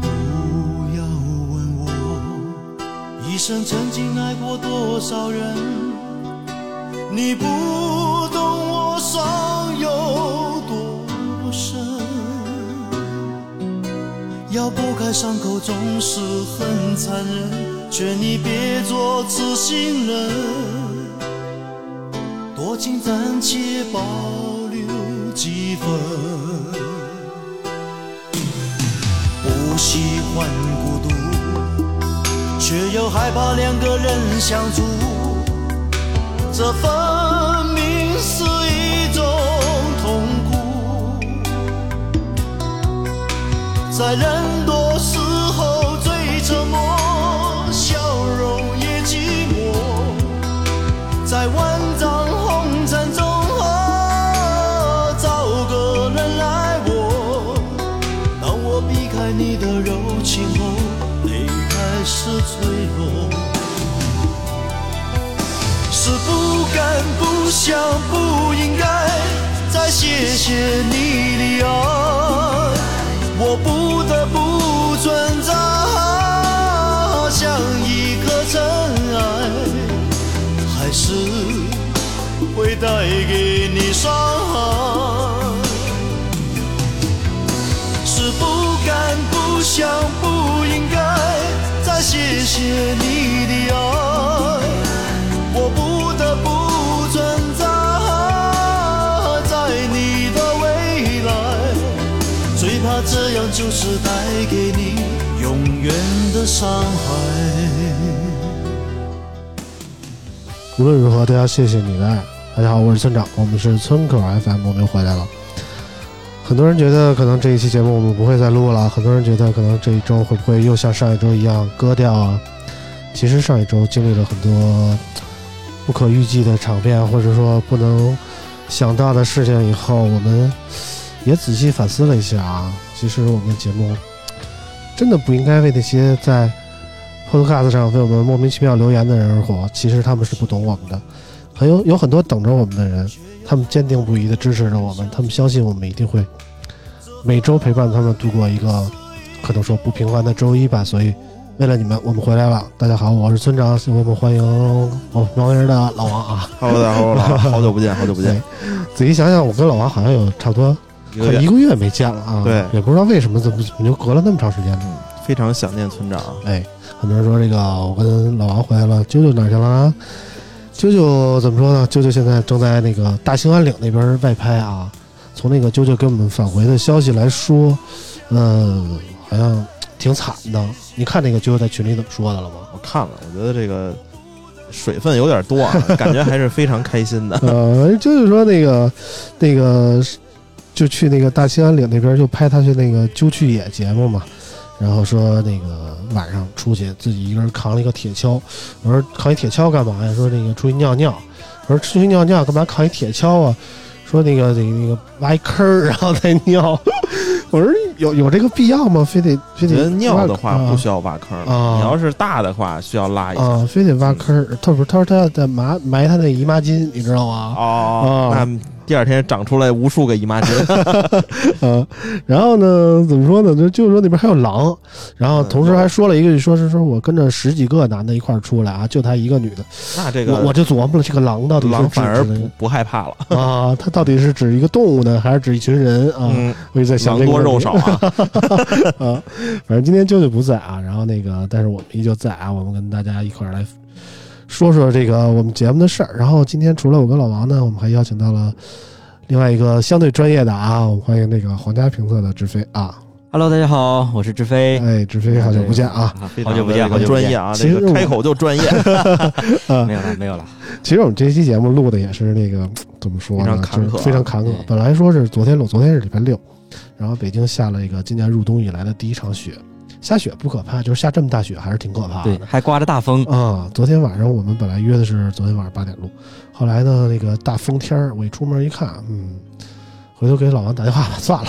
不要问我，一生曾经爱过多少人？你不懂我伤有多深。要剥开伤口总是很残忍，劝你别做痴心人，多情暂且保留几分。不喜欢孤独，却又害怕两个人相处，这分明是一种痛苦。在人多时候最沉默，笑容也寂寞，在万丈红尘中。哦找个人爱我，当我避开你的柔情后，泪开始坠落。是不敢、不想、不应该再谢谢你的爱，我不得不存在，像一颗尘埃，还是会带给你伤害。是不敢、不想、不应该再谢谢你的爱，我不得不存在在你的未来，最怕这样就是带给你永远的伤害。无论如何都要谢谢你的爱。大家好，我是村长，我们是村口 FM，我们又回来了。很多人觉得可能这一期节目我们不会再录了，很多人觉得可能这一周会不会又像上一周一样割掉啊？其实上一周经历了很多不可预计的场面，或者说不能想到的事情以后，我们也仔细反思了一下啊。其实我们的节目真的不应该为那些在 Podcast 上为我们莫名其妙留言的人而活，其实他们是不懂我们的，很有有很多等着我们的人，他们坚定不移的支持着我们，他们相信我们一定会每周陪伴他们度过一个可能说不平凡的周一吧。所以，为了你们，我们回来了。大家好，我是村长，我们欢迎我们毛人的老王啊。 Hello，大家 好，我老王好久不见，好久不 见，仔细想想，我跟老王好像有差不多一快个一月，个月没见了啊。对也不知道为什么怎么怎么就隔了那么长时间呢？非常想念村长。啊哎，很多人说这个我跟老王回来了，啾啾哪儿去了啊？啾啾怎么说呢？啾啾现在正在那个大兴安岭那边外拍啊。从那个啾啾给我们返回的消息来说，嗯，好像挺惨的。你看那个啾啾在群里怎么说的了吗？我看了，我觉得这个水分有点多啊，感觉还是非常开心的。呃，就是说那个那个就去那个大兴安岭那边就拍他去那个揪去野节目嘛，然后说那个晚上出去自己一个人扛了一个铁锹，我说扛一铁锹干嘛呀？说那个出去尿尿，我说出去尿尿干嘛扛一铁锹啊？说那个得那个挖一坑儿然后再尿， 我说有有这个必要吗？非得非我觉得得尿的话啊不需要挖坑，啊你要是大的话需要拉一下。嗯啊，非得挖坑儿。他说他说他要在埋埋他那姨妈巾，你知道吗？哦，啊那第二天长出来无数个姨妈 巾，啊，然后呢，怎么说呢？就就是说那边还有狼，然嗯后同时还说了一个，说是说我跟着十几个男的一块儿出来啊，就他一个女的，那这个我我就琢磨了，这个狼到底是狼指反而指不不害怕了。的啊，它到底是指一个动物呢，还是指一群人啊？嗯，我一直在 想狼这个多问题肉少啊。啊，反正今天舅舅不在啊，然后那个，但是我们依旧在啊，我们跟大家一块儿来说说这个我们节目的事儿。然后今天除了我跟老王呢，我们还邀请到了另外一个相对专业的啊，我们欢迎那个皇家评测的志飞啊， Hello，大家好，我是志飞。哎，志飞好久不见啊！好久不见，好久不专见业。啊，其这实个我开口就 专业，没有了，没有了。其实我们这期节目录的也是那个怎么说呢，非常坎坷啊就是非常坎坷对。本来说是昨天录，昨天是礼拜六，然后北京下了一个今年入冬以来的第一场雪。下雪不可怕，就是下这么大雪还是挺可怕对的，。还刮着大 风，啊、昨天晚上我们本来约的是昨天晚上八点录，后来呢，那个大风天儿，我一出门一看，嗯，回头给老王打电话吧， 算了，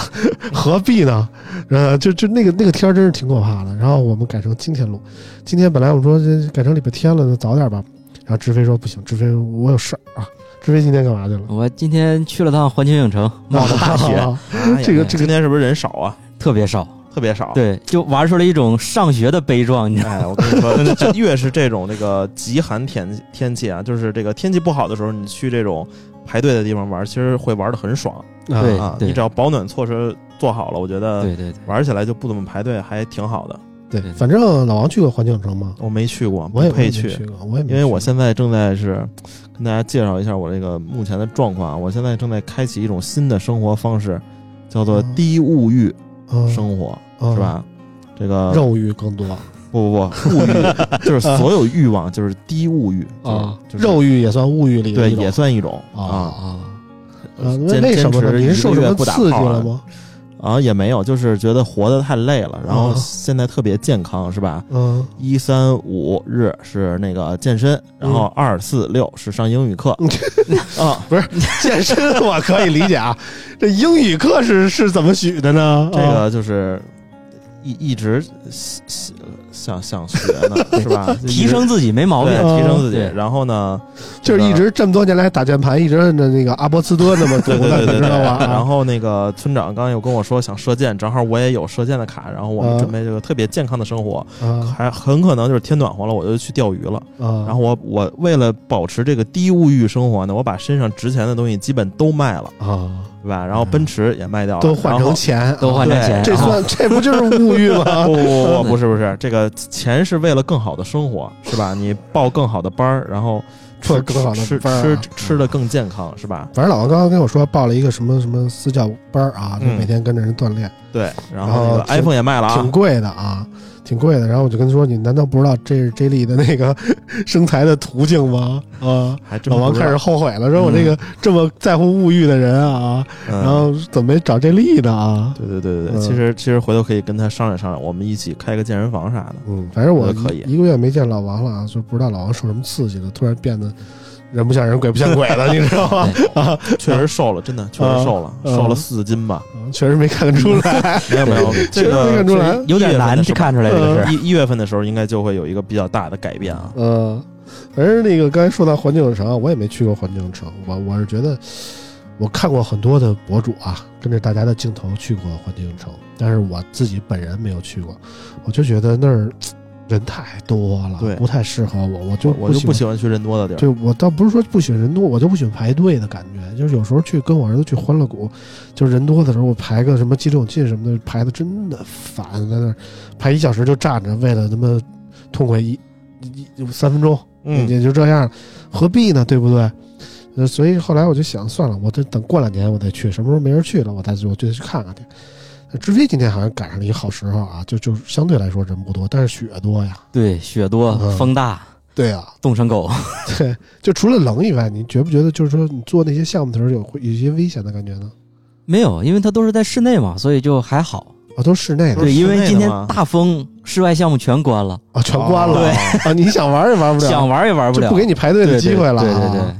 何必呢？呃，就就那个那个天儿真是挺可怕的。然后我们改成今天录，今天本来我们说这改成礼拜天了，那早点吧。然后志飞说不行，志飞我有事儿啊。志飞今天干嘛去了？我今天去了趟环球 影城，冒着大雪，啊哎呀这个这今天是不是人少啊？特别少，特别少。，对，就玩出了一种上学的悲壮，你知道吗？哎，我跟你说， 这越是这种那个极寒天天气啊，就是这个天气不好的时候，你去这种排队的地方玩，其实会玩的很爽对啊。你只要保暖措施做好了，我觉得对对对，玩起来就不怎么排队，还挺好的。对对，反正老王去过环球影城吗？我没去过，我也嗯不没配去去，过，我也没因为去我过现在正在是跟大家介绍一下我这个目前的状况啊，我现在正在开启一种新的生活方式，叫做嗯低物欲嗯生活，嗯是吧？这个肉欲更多不不不，物欲就是所有欲望就是低物欲就是就是啊肉欲也算物欲里的对一种也算一种啊啊啊。呃，坚为什么坚呢？持您受一什个月么不打刺激炮啊了吗？啊也没有，就是觉得活得太累了，然后啊现在特别健康是吧？ 嗯，一三五日是那个健身，然嗯后二四六是上英语课啊，健身我可以理解啊，这英语课是是怎么许的呢？啊嗯这个就是一一直想想想学呢， 是吧？就一直提升自己没毛病嗯对。提升自己对，然后呢，就是一直这么多年来打键盘，一直摁着那个阿波茨多那么读 对对的，对你对知对。道吧？啊然后那个村长刚刚又跟我说想射箭，正好我也有射箭的卡，然后我嗯啊们准备这个特别健康的生活，啊还很可能就是天暖和了我就去钓鱼了。啊，嗯然后我我为了保持这个低物欲生活呢，我把身上值钱的东西基本都卖了，啊，对吧？嗯然后奔驰也卖掉了，都换然成后啊钱，啊都换成钱，啊这然后算这不 就是物欲吗？不不不不，不是不是，这个钱是为了更好的生活，是吧？你报更好的班儿，然后报吃更好的吃班儿啊吃吃的更健康，是吧？反正老王刚刚跟我说报了一个什么什么私教班儿啊，就嗯每天跟着人锻炼，对，然然后后那个 iPhone 也卖了啊挺，贵的啊，挺贵的。然后我就跟他说：“你难道不知道这是 J 莉的那个 生财的途径吗？”啊，还真老王不知道开始，后悔了，说我这个这么在乎物欲的人啊，嗯然后怎么没找 J 莉呢啊？对对对对嗯对，其实其实回头可以跟他商量商量，我们一起开个健身房啥的。嗯，反正我我觉得可以一一个月没见老王了啊，就不知道老王受什么刺激了，突然变得人不像人，鬼不像鬼 了，你知道吗？啊，确实瘦了，真的确实瘦了，嗯瘦了四斤吧？啊确实没看出 来，没有没有，确这实没个看出来这有点难一月份的时候看出来这个嗯是。一一月份的时候应该就会有一个比较大的改变啊。嗯，反正那个刚才说到环球影城啊，我也没去过环球影城，我我是觉得我看过很多的博主啊，跟着大家的镜头去过环球影城，但是我自己本人没有去过，我就觉得那儿人太多了，对不太适合我，我就我我就不不喜喜欢。欢去人多的地儿。对，我倒不是说不喜欢人多，我就不喜欢排队的感觉。就是有时候去跟我儿子去欢乐谷，就是人多的时候，我排个什么激动进什么的，排的真的烦，在那儿排一小时就站着，为了他妈痛快一一一三分钟，嗯也就这样，何必呢？对不对？呃，所以后来我就想，算了，我这等过两年我再去，什么时候没人去了，我再我就去看看去。呃直飞今天好像赶上了一个好时候啊，就就相对来说人不多，但是雪多呀。对，雪多嗯，风大，对啊呀、冻成狗。 对， 就除了冷以外，你觉不觉得就是说你做那些项目的时候有会有一些危险的感觉呢？没有，因为它都是在室内嘛，所以就还好。啊，都是室内的都是对，室因内为的今天嘛大风，室外项目全关了，啊，全关了、哦对啊，你想玩也玩不了，想玩也玩不就了，不给你排队的机会了、啊。对对对对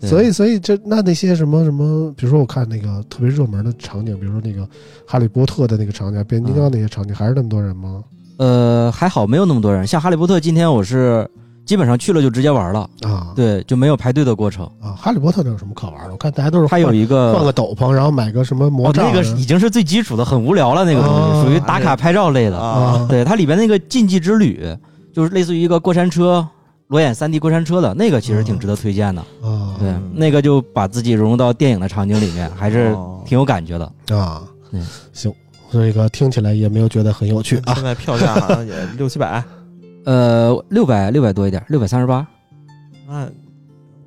对，所以，所以这那那些什么什么，比如说我看那个特别热门的场景，比如说那个《哈利波特》的那个场景，变形金刚嗯那些场景，还是那么多人吗？呃，还好没有那么多人。像哈利波特，今天我是基本上去了就直接玩了，啊，对，就没有排队的过程。啊，《哈利波特》这有什么可玩的？我看大家都是它有换一个换个斗篷，然后买个什么魔哦，杖那啊，个已经是最基础的，很无聊了，那个东哦西属于打卡拍照类的。啊，对，它里边那个禁忌之旅，就是类似于一个过山车。裸眼 3D 过山车的那个其实挺值得推荐的，啊对嗯，那个就把自己融入到电影的场景里面，还是哦挺有感觉的。啊嗯，行，这个听起来也没有觉得很有趣啊现在票价好像也六七百呃，六百六百多一点，六百三十八，那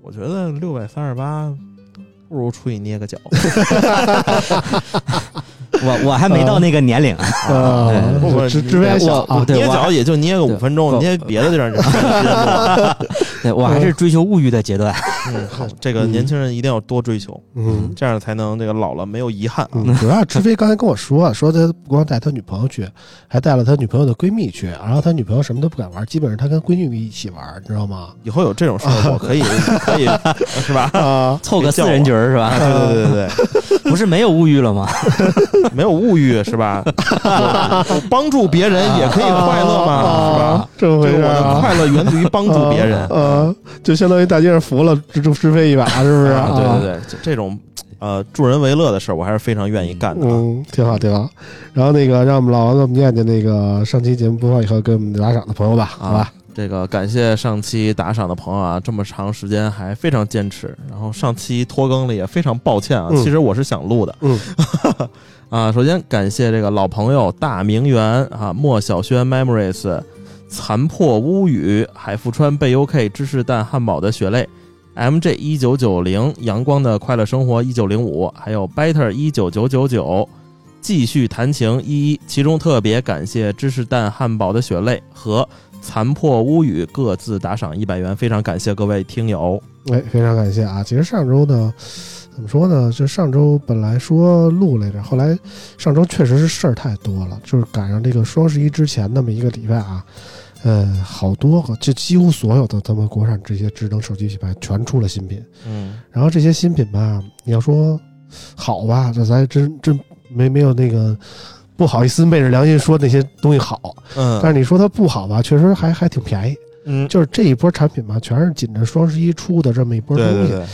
我觉得六百三十八不如出去捏个脚。我我还没到那个年龄，呃，啊对我只只为想我啊我，对捏我脚也就捏个五对分钟，我捏别的地儿就对我还嗯是追求物欲的阶段。嗯好这个年轻人一定要多追求，嗯。这样才能这个老了没有遗憾啊。嗯，主要直飞刚才跟我说，说他不光带他女朋友去，还带了他女朋友的闺蜜去，然后他女朋友什么都不敢玩，基本上他跟闺女一起玩，你知道吗？以后有这种事儿，我可以可以是吧？啊啊，凑个四人局儿是 吧？对对对不是没有物欲了 吗？对，没有物欲是吧？我我帮助别人也可以快乐嘛，是吧？？啊这么这回个事我的啊？快乐源自于帮助别人。呃，就相当于大街上扶了直直飞一把，是不是？啊对对对，这这种呃助人为乐的事儿，我还是非常愿意干的啊。嗯，挺好，挺好。然后那个，让我们老王给我们念念那个上期节目播放以后给我们打赏的朋友吧，啊好吧？这个感谢上期打赏的朋友啊，这么长时间还非常坚持。然后上期拖更了，也非常抱歉啊。嗯其实我是想录的，嗯， 啊，首先感谢这个老朋友大名媛啊，莫小轩 Memories，残破屋宇，海富川贝 UK 芝士蛋汉堡的血泪，MJ 一九九零阳光的快乐生活一九零五，还有 Better 一九九九九。继续弹琴一一，其中特别感谢芝士蛋汉堡的血泪和残破屋宇各自打赏一百元，非常感谢各位听友。哎，非常感谢啊！其实上周呢，怎么说呢？就上周本来说录来着，后来上周确实是事儿太多了，就是赶上这个双十一之前那么一个礼拜啊，呃，好多个，就几乎所有的咱们国产这些智能手机品牌全出了新品。嗯，然后这些新品吧，你要说好吧，这咱还真真没没有那个不好意思昧着良心说那些东西好，但是嗯你说它不好吧，确实还还挺便宜。嗯，就是这一波产品吧，全是紧着双十一出的这么一波 对东西，对对，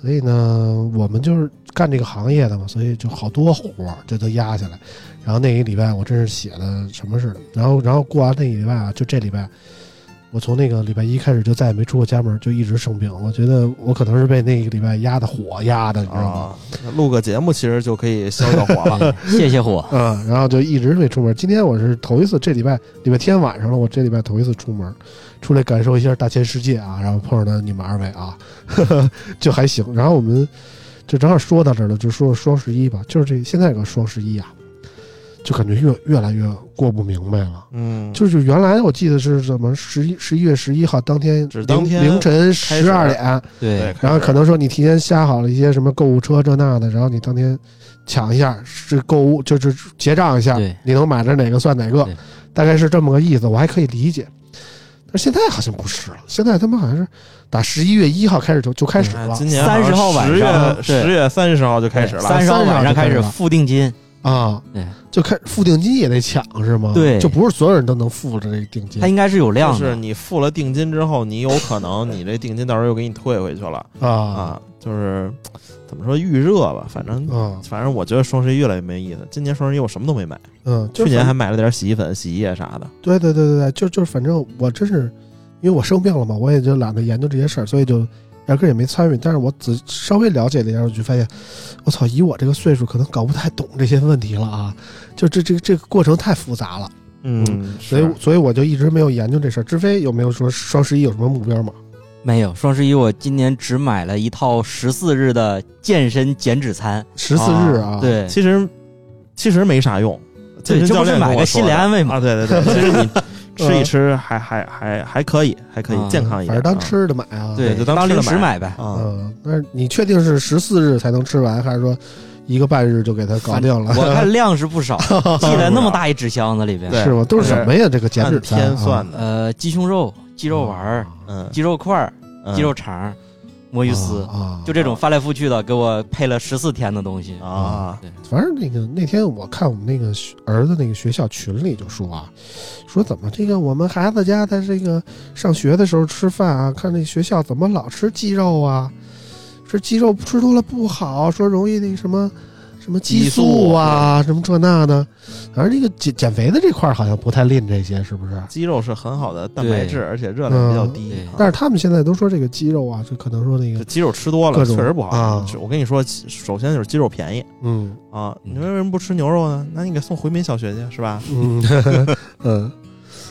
所以呢，我们就是干这个行业的嘛，所以就好多活儿这都压下来。然后那一礼拜我真是写的什么似的，然后然后过完那一礼拜啊，就这礼拜。我从那个礼拜一开始就再也没出过家门，就一直生病。我觉得我可能是被那个礼拜压的火压的，你知道吗？啊，那录个节目其实就可以消消火 了。谢谢火，嗯，然后就一直没出门。今天我是头一次，这礼拜礼拜天晚上了，我这礼拜头一次出门，出来感受一下大千世界啊，然后碰上了你们二位啊， 呵呵就还行。然后我们就正好说到这儿了，就说说双十一吧，就是这现在有个双十一啊，就感觉越越来越过不明白了。嗯，就是原来我记得是怎么十一十一月十一号当天只凌当天凌晨开始十二点，对，然后可能说你提前下好了一些什么购物车这那的，然后你当天抢一下是购物，就是结账一下对，你能买着哪个算哪个对，大概是这么个意思，我还可以理解。但是现在好像不是了，现在他们好像是打十一月一号开始就就开始哎了今年30号晚十上月对十月三十号就开始了。三十号晚上开30号就开始始了付定金，啊嗯对，就开付定金也得抢是吗？对就不是所有人都能付着这定金它应该是有就量是的。你付了定金之后，你有可能你这定金到时候又给你退回去了啊啊。就是怎么说预热吧，反正啊反正我觉得双十一越来越没意思。今年双十一我什么都没买，嗯，就去是年还买了点洗衣粉、洗衣液啥的。对对对对对，就就是反正我真是，因为我生病了嘛，我也就懒得研究这些事儿，所以就压根儿也没参与。但是我只稍微了解了一下，我就发现，我操，以我这个岁数，可能搞不太懂这些问题了啊！ 就这这这个过程太复杂了，嗯，所以所以我就一直没有研究这事儿。志飞有没有说双十一有什么目标吗？没有双十一，我今年只买了一套十四日的健身减脂餐，十四日啊，，对，其实其实没啥用。健身这教不是练跟买我个说心理的安慰吗啊，对对对， 其实你吃一吃还还还还可以，还可以啊健康一反点正啊。当吃的买啊。对，就当当吃零的食买买 呗。啊，嗯，但是你确定是十四日才能吃完，还是说一个半日就给它搞定了？ 我看量是 不少，寄了那么大一纸箱子里边，对是吗？都是什么呀？这个减脂按餐天算啊的，呃，鸡胸肉、鸡肉丸儿、嗯，鸡肉块儿、嗯鸡肉肠儿、魔芋丝，啊，就这种翻来覆去的，给我配了十四天的东西。啊，反正那个那天我看我们那个学儿子那个学校群里就说啊，说怎么这个我们孩子家在这个上学的时候吃饭啊，看那学校怎么老吃鸡肉啊，说鸡肉吃多了不好，说容易那什么什么激素啊，什么这那的。反正这个减减肥的这块儿好像不太吝这些，是不啊是？鸡肉是很好的蛋白质，对而且热量比较低嗯。啊但是他们现在都说这个鸡肉啊，就可能说那这个鸡肉吃多了各种确实不好啊。是我跟你说，首先就是鸡肉便宜嗯啊，你嗯为什么不吃牛肉呢？那你给送回民小学去是吧？ 嗯 嗯，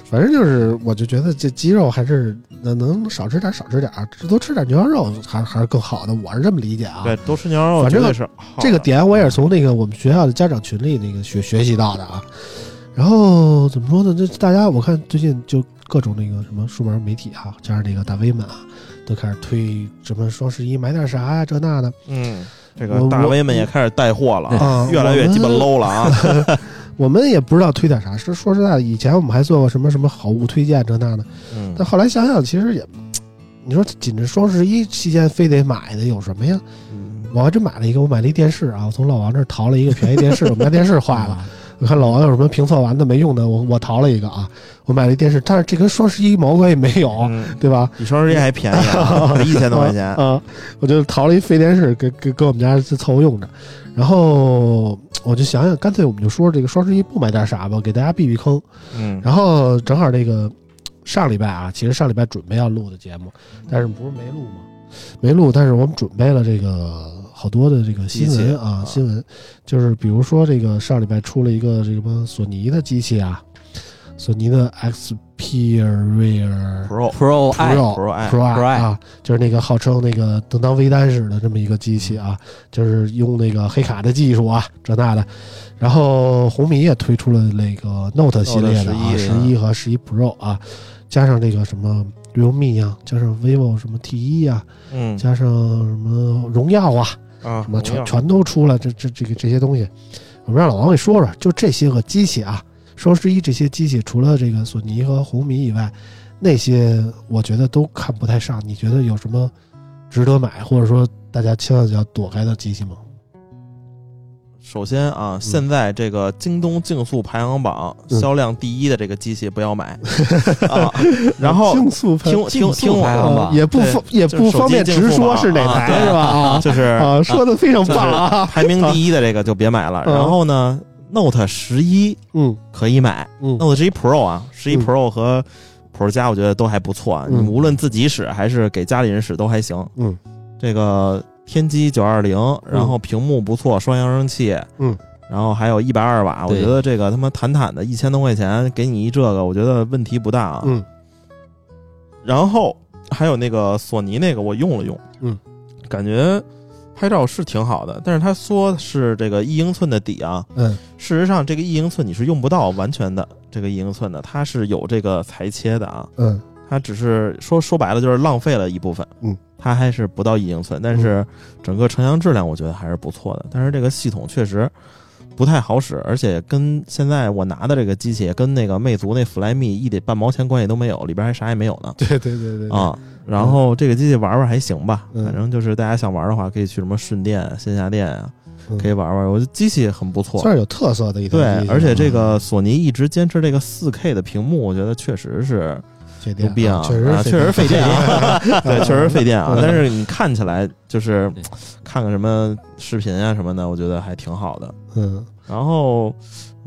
反正就是，我就觉得这鸡肉还是能能少吃点儿少吃点儿，多吃点儿牛羊肉还还是更好的，我是这么理解啊。对，多吃牛羊肉反绝正对是好的这个点我也是从那个我们学校的家长群里那个学学习到的啊。然后怎么说呢？这大家我看最近就各种那个什么数码媒体啊，加上那个大 V 们啊，都开始推什么双十一买点啥呀、这那的嗯，这我个大 V 们也开始带货了啊，啊，越来越鸡巴我们 low 了 啊！我们也不知道推点啥。说说实在的，以前我们还做过什么什么好物推荐这那的，嗯但后来想想，其实也，你说紧着双十一期间非得买的有什么呀？嗯我还真买了一个，我买了一电视啊，我从老王这儿淘了一个便宜电视，我们家电视坏了。嗯我看老王有什么评测完的没用的，我我淘了一个啊，我买了一电视，但是这跟双十一毛关系没有，嗯对吧？比双十一还便宜啊，一千多块钱。 啊，我就淘了一废电视，给给给我们家是凑合用着。然后我就想想，干脆我们就说这个双十一不买点啥吧，给大家避避坑。嗯，然后正好那个上礼拜啊，其实上礼拜准备要录的节目，但是不是没录吗？没录，但是我们准备了这个好多的这个新机器闻啊啊，新闻就是比如说这个上礼拜出了一个这个什么索尼的机器啊，索尼的 Xperia Pro Pro I Pro Pro I， Pro 啊 Pro，就是那个号称那个能当微单似的这么一个机器啊，就是用那个黑卡的技术啊，这那的。然后红米也推出了那个 Note 系列的啊，十 11, 一和十一 Pro 啊，加上这个什么 realme 啊，加上 vivo 什么 T 一啊，嗯加上什么荣耀啊，啊什么全全都出了这这这个这些东西，我们让老王给说说，就这些个机器啊，双十一这些机器，除了这个索尼和红米以外，那些我觉得都看不太上。你觉得有什么值得买，或者说大家千万要躲开的机器吗？首先啊，现在这个京东竞速排行榜嗯销量第一的这个机器不 要买啊。然后竞速排听听听排我行榜啊也不对方也就是不方便手机直竞速说嘛是哪啊台、对是吧？啊就是啊，说的非常就是棒啊！排名第一的这个就别买了。嗯然后呢，Note 十一嗯可以买嗯，Note 十一 Pro 啊，十一嗯 Pro 和 Pro 加我觉得都还不错啊，你嗯无论自己使还是给家里人使都还行。嗯，这个天玑九二零，然后屏幕不错，双扬声器，嗯，然后还有一百二瓦，我对觉得这个他妈坦坦的一千多块钱给你一这个，我觉得问题不大啊。嗯然后还有那个索尼那个，我用了用，嗯，感觉拍照是挺好的，但是他说是这个一英寸的底啊，嗯事实上这个一英寸你是用不到完全的这个一英寸的，它是有这个裁切的啊，嗯它只是说说白了就是浪费了一部分，嗯，它还是不到一英寸，但是整个成像质量我觉得还是不错的，但是这个系统确实。不太好使，而且跟现在我拿的这个机器跟那个魅族那 Flyme 一点半毛钱关系都没有，里边还啥也没有呢。对对对对对啊，然后这个机器玩玩还行吧，嗯反正就是大家想玩的话，可以去什么顺电、线下店啊，嗯可以玩玩。我觉得机器很不错，算是有特色的一台对机器，而且这啊个索尼一直坚持这个4 K 的屏幕，我觉得确实是费牛电逼啊，确实啊确实费电啊， 对，确实费电啊 嗯。但是你看起来就是对看看什么视频啊什么的，我觉得还挺好的。嗯。然后，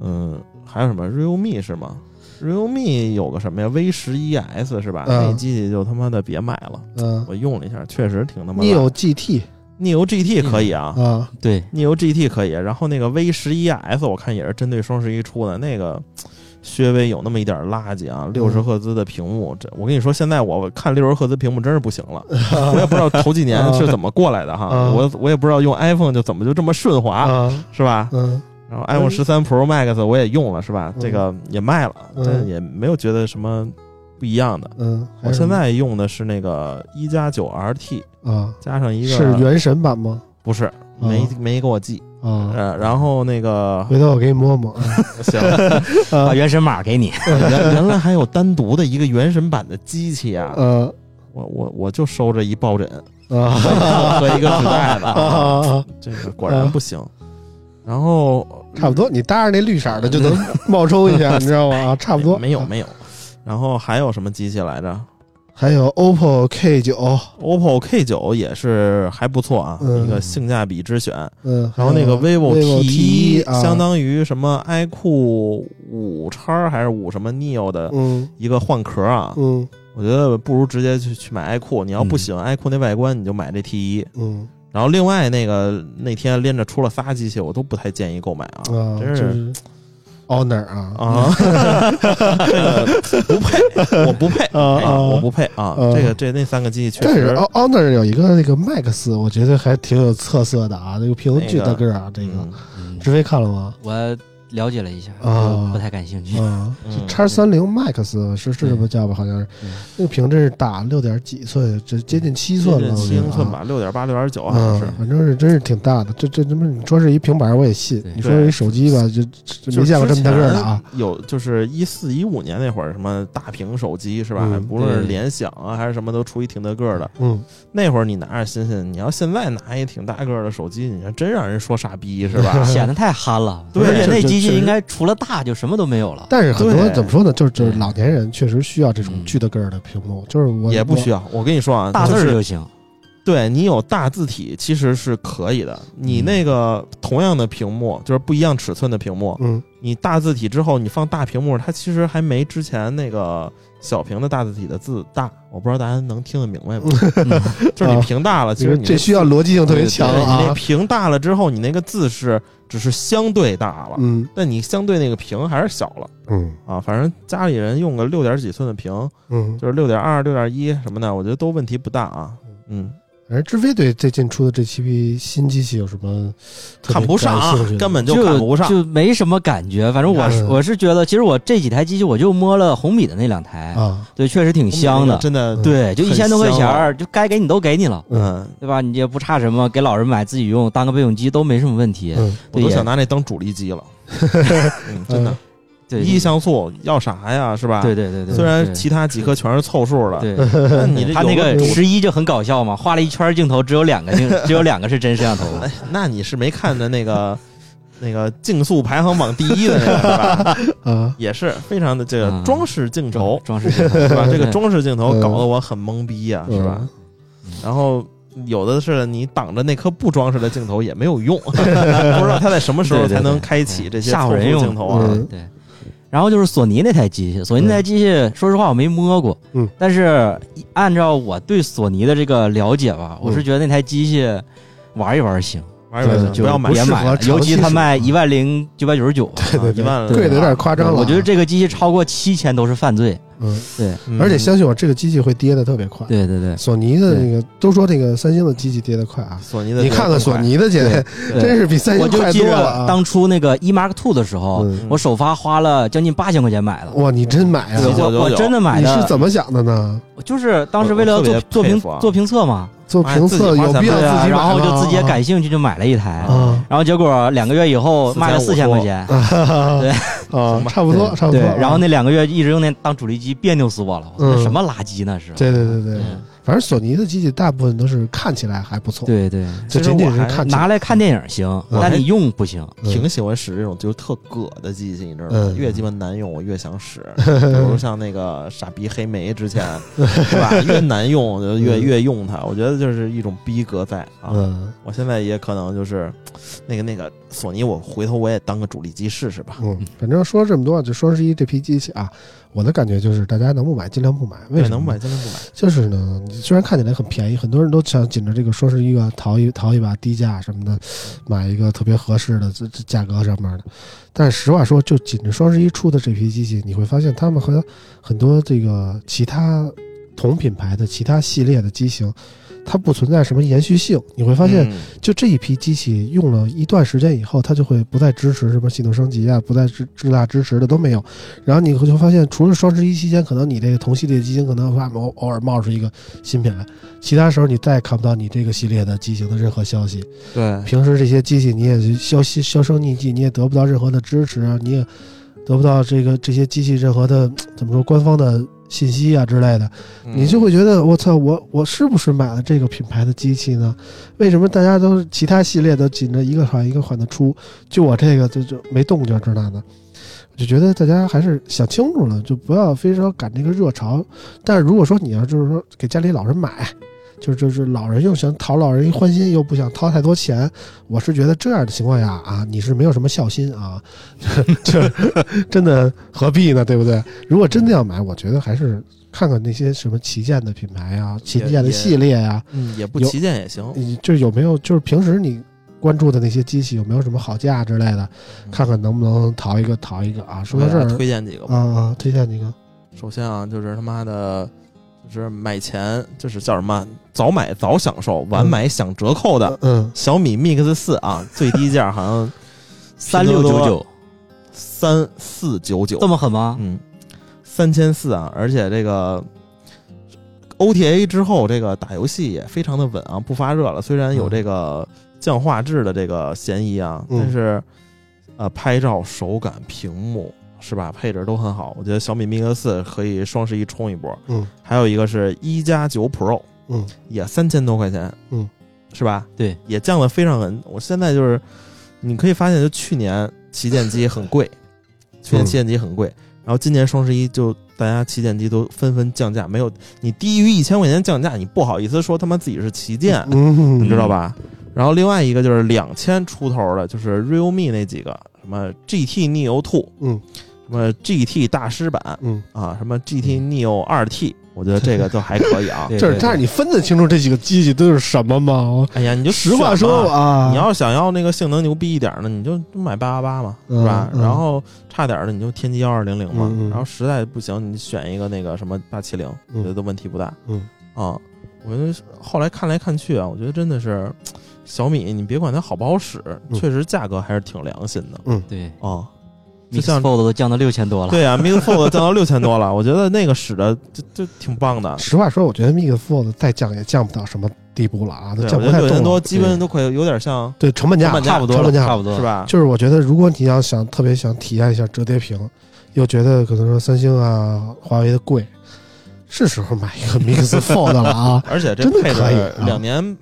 嗯，还有什么 realme 是吗？realme 有个什么呀？V 十一 S 是吧？嗯那机器就他妈的别买了。嗯我用了一下，确实挺他妈烂。 ，neo GT Neo GT 可以啊啊，对， ，Neo GT 可以。然后那个 V 十一 S 我看也是针对双十一出的，那个稍微有那么一点垃圾啊，六十嗯赫兹的屏幕，这我跟你说，现在我看六十赫兹屏幕真是不行了，我 也不知道头几嗯年是怎么过来的哈，啊我我也不知道用 iPhone 就怎么就这么顺滑，啊，是吧？嗯然后 iPhone 十三 Pro Max 我也用了，是吧？嗯这个也卖了，嗯但也没有觉得什么不一样的。嗯，还我是现在用的是那个一加九 RT，啊，加上一个是原神版吗？不是，没、啊没给我寄。啊，呃，然后那个回头我给你摸摸啊行，把啊原神码给你，原原来还有单独的一个原神版的机器啊，呃我我我就收着一抱枕啊 和一个纸 袋子啊啊，啊，啊，啊这个果然不行。然后差不多，你搭上那绿色儿的就 能冒充一下，你知道吗？啊，差不多，没有啊没有，然后还有什么机器来着还有 OPPO K 九， ？OPPO K 九也是还不错啊，嗯一个性价比之选。嗯，然后那个还 vivo vivo T 一啊，相当于什么 iQOO 五叉还是五什么 neo 的嗯一个换壳啊，嗯我觉得不如直接去去买 iQOO。你要不喜欢 iQOO 那外观，你就买这 T 一。嗯然后另外那个那天连着出了仨机器，我都不太建议购买啊，啊，真就是是 owner 啊，啊，这个 不配，我不配啊啊啊，我不配啊啊！这个这那三个机器确但是啊实 o owner 有一个那个 max，我觉得还挺有特色的啊，那个平均的那个个儿啊，这个嗯嗯志飞看了吗？我了解了一下，啊不太感兴趣。啊，嗯叉三零 max 是是这么叫吧？好像是嗯那个屏这是打六点几寸，这接近七接寸近了，七英寸吧。吧，六点八、六点九好像啊嗯是，。反正是真是挺大的。这这他妈，你说是一平板我也信对，你说是一手机吧，就就就没见过这么大个儿的啊。！有就是一四一五年那会儿，什么大屏手机是吧？嗯无论是对联想啊还是什么，都出一挺大个儿的。嗯，那会儿你拿着新鲜，你要现在拿一挺大个儿的手机，你还真让人说傻逼是 吧？显得太憨了，啊对而且那这机这器应该除了大就什么都没有了。但是很多对怎么说呢，就是就是对老年人确实需要这种嗯巨大个儿的屏幕，就是我也不需要。我跟你说啊，大字就儿是就 行，对你有大字体其实是可以的。你嗯那个同样的屏幕，就是不一样尺寸的屏幕我，嗯你大字体之后，你放大屏幕，它其实还没之前那个小屏的大字体的字大。我不知道大家能听得明白吗？ 嗯就是你屏大了，其实你啊这需要逻辑性特别强对你那啊。屏大了之后，你那个字是只是相对大了，嗯但你相对那个屏还是小了嗯啊。反正家里人用个六点几寸的屏，嗯，就是六点二、六点一什么的，我觉得都问题不大啊。嗯，反正志哎飞对最近出的这七批新机器有什么特别看不上啊感兴趣，的根本就看不就上。就没什么感觉。反正我是嗯我是觉得，其实我这几台机器我就摸了红米的那两台，啊，对，确实挺香的。真的嗯对，就一很千多块香啊钱了儿，就该给你都给你了，嗯，对吧？你也不差什么，给老人买自己用，当个备用机都没什么问题。嗯我对都也想拿那当主力机了。嗯，真的，对，一像素要啥呀？是吧？对对对对。虽然对其他几颗全是凑数的，对，但你这嗯他有那个主十一就很搞笑嘛，画了一圈镜头，只有两个镜，只有两个是真摄像头。哎，那你是没看着那个那个竞速排行榜第一的那个是吧？啊，也是非常的这个嗯装饰镜头，装饰镜头是吧？这个对装饰镜头嗯搞得我很懵逼呀、嗯是吧？然后。有的是你挡着那颗不装饰的镜头也没有用， 不知道它在什么时候对对才能对开启这些吓唬人凑数用镜头啊嗯！对。然后就是索尼那台机器，索尼那台机器，说实话我没摸过，嗯，但是按照我对索尼的这个了解吧，我是觉得那台机器玩一玩行，玩一玩嗯对不要买不别是买了适合，尤其长期它使卖用一万零九百九十九，对对一万对，贵的有点夸张了啊。我觉得这个机器超过七千都是犯罪。嗯，对嗯而且相信我，这个机器会跌的特别快。对对对，索尼的那个都说这个三星的机器跌得快啊，索尼的你看看索尼的姐对姐， 真是比三我星就快记多了得啊。当初那个 E Mark Two 的时候，嗯我首发花了将近八千块钱买的。哇，你真买对啊？ 1999我我真的买你的，是怎么想的呢？就是当时为了我做我特别做佩评服啊做评测嘛，做评测有必对要对啊，自己买然吗后就自己也感兴趣，就买了一台，啊然后结果两个月以后卖了四千块钱， 啊，差不多，差不多对啊。，然后那两个月一直用那当主力机，别扭死我了，我嗯说什么垃圾那是，对对对对对，反正索尼的机器大部分都是看起来还不错，对对，就仅仅是看起来。拿来看电影行，嗯但你用不行，挺喜欢使这种就是特葛的机器，你知道吗嗯？越鸡巴难用，我越想 使。比如像那个傻逼黑莓之前，对吧？越难用我就越嗯越用它，我觉得就是一种逼格在啊。嗯我现在也可能就是那个那个索尼，我回头我也当个主力机试试吧。嗯，反正说这么多，就双十一这批机器啊，我的感觉就是大家能不买尽量不买，为什对，么能呢不买尽量不买。就是呢，你虽然看起来很便宜，很多人都想紧着这个双十一啊，淘一淘一把低价什么的，买一个特别合适的这这价格上面的。但实话说，就紧着双十一出的这批机器，你会发现他们和很多这个其他同品牌的其他系列的机型，它不存在什么延续性。你会发现，嗯就这一批机器用了一段时间以后，它就会不再支持什么系统升级啊，不再支支大支持的都没有。然后你就发现，除了双十一期间，可能你这个同系列机型可能会偶偶尔冒出一个新品来，其他时候你再也看不到你这个系列的机型的任何消息。对，平时这些机器你也销销声匿迹，你也得不到任何的支持啊，你也得不到这个这些机器任何的怎么说官方的信息啊之类的。你就会觉得我操，我我是不是买了这个品牌的机器呢？为什么大家都是其他系列都紧着一个款一个款的出，就我这个就就没动静这那的？我就觉得大家还是想清楚了，就不要非说赶这个热潮。但是如果说你要就是说给家里老人买，就是就是老人又想讨老人一欢心，又不想掏太多钱，我是觉得这样的情况下啊，你是没有什么孝心啊， 这真的何必呢？对不对？如果真的要买，我觉得还是看看那些什么旗舰的品牌啊、旗舰的系列啊，嗯也不有旗舰也行。你就是有没有就是平时你关注的那些机器有没有什么好价之类的，看看能不能淘一个淘一个啊。说到这嗯我给大家儿推荐几个吧。啊啊，推荐几个首先啊，就是他妈的，就是买前就是叫什么，早买早享受，晚买享折扣的。嗯小米 Mix 四啊，最低价好像 三六九九三四九九，这么狠吗？嗯，三千四啊，而且这个 OTA 之后，这个打游戏也非常的稳啊，不发热了。虽然有这个嗯降画质的这个嫌疑啊，嗯但是呃，拍照手感、屏幕是吧，配置都很好。我觉得小米 Mix 四可以双十一冲一波。嗯，还有一个是一加九 Pro， 嗯，也三千多块钱，嗯，是吧？对，。也降的非常狠。我现在就是你可以发现，就去年旗舰机很贵，嗯去年旗舰机很贵，然后今年双十一就大家旗舰机都纷纷降价，没有你低于一千块钱降价，你不好意思说他妈自己是旗舰，嗯，你知道吧？然后另外一个就是两千出头的，就是 realme 那几个什么 GT Neo Two，嗯，什么 GT 大师版嗯，啊，什么 GT Neo 二 T，我觉得这个都还可以啊对这对但是你分得清楚这几个机器都是什么吗？我哎呀，你就实话说吧。啊，你要想要那个性能牛逼一点的，你就买八八八嘛，是吧？嗯嗯然后差点的你就天玑幺二零零嘛，嗯嗯然后实在不行你选一个那个什么八七零，嗯我觉得问题不大。嗯啊，我觉得后来看来看去啊，我觉得真的是小米，你别管它好不好使，嗯确实价格还是挺良心的对啊。就，Mix 像 Fold 都降到六千多了，对啊，Mix Fold 降到六千多了，我觉得那个使的就就挺棒 的。实话说，我觉得 Mix Fold 再降也降不到什么地步了啊，都对，降我不觉太得六千动多了。基本都快有点像对，成本价成本价差不不多，多了成本价差不多是？吧？！就是我觉得，如果你要想特别想体验一下折叠屏，又觉得可能说三星啊、华为的贵，是时候买一个 Mix Fold 了啊 而且这真的配置可以啊两年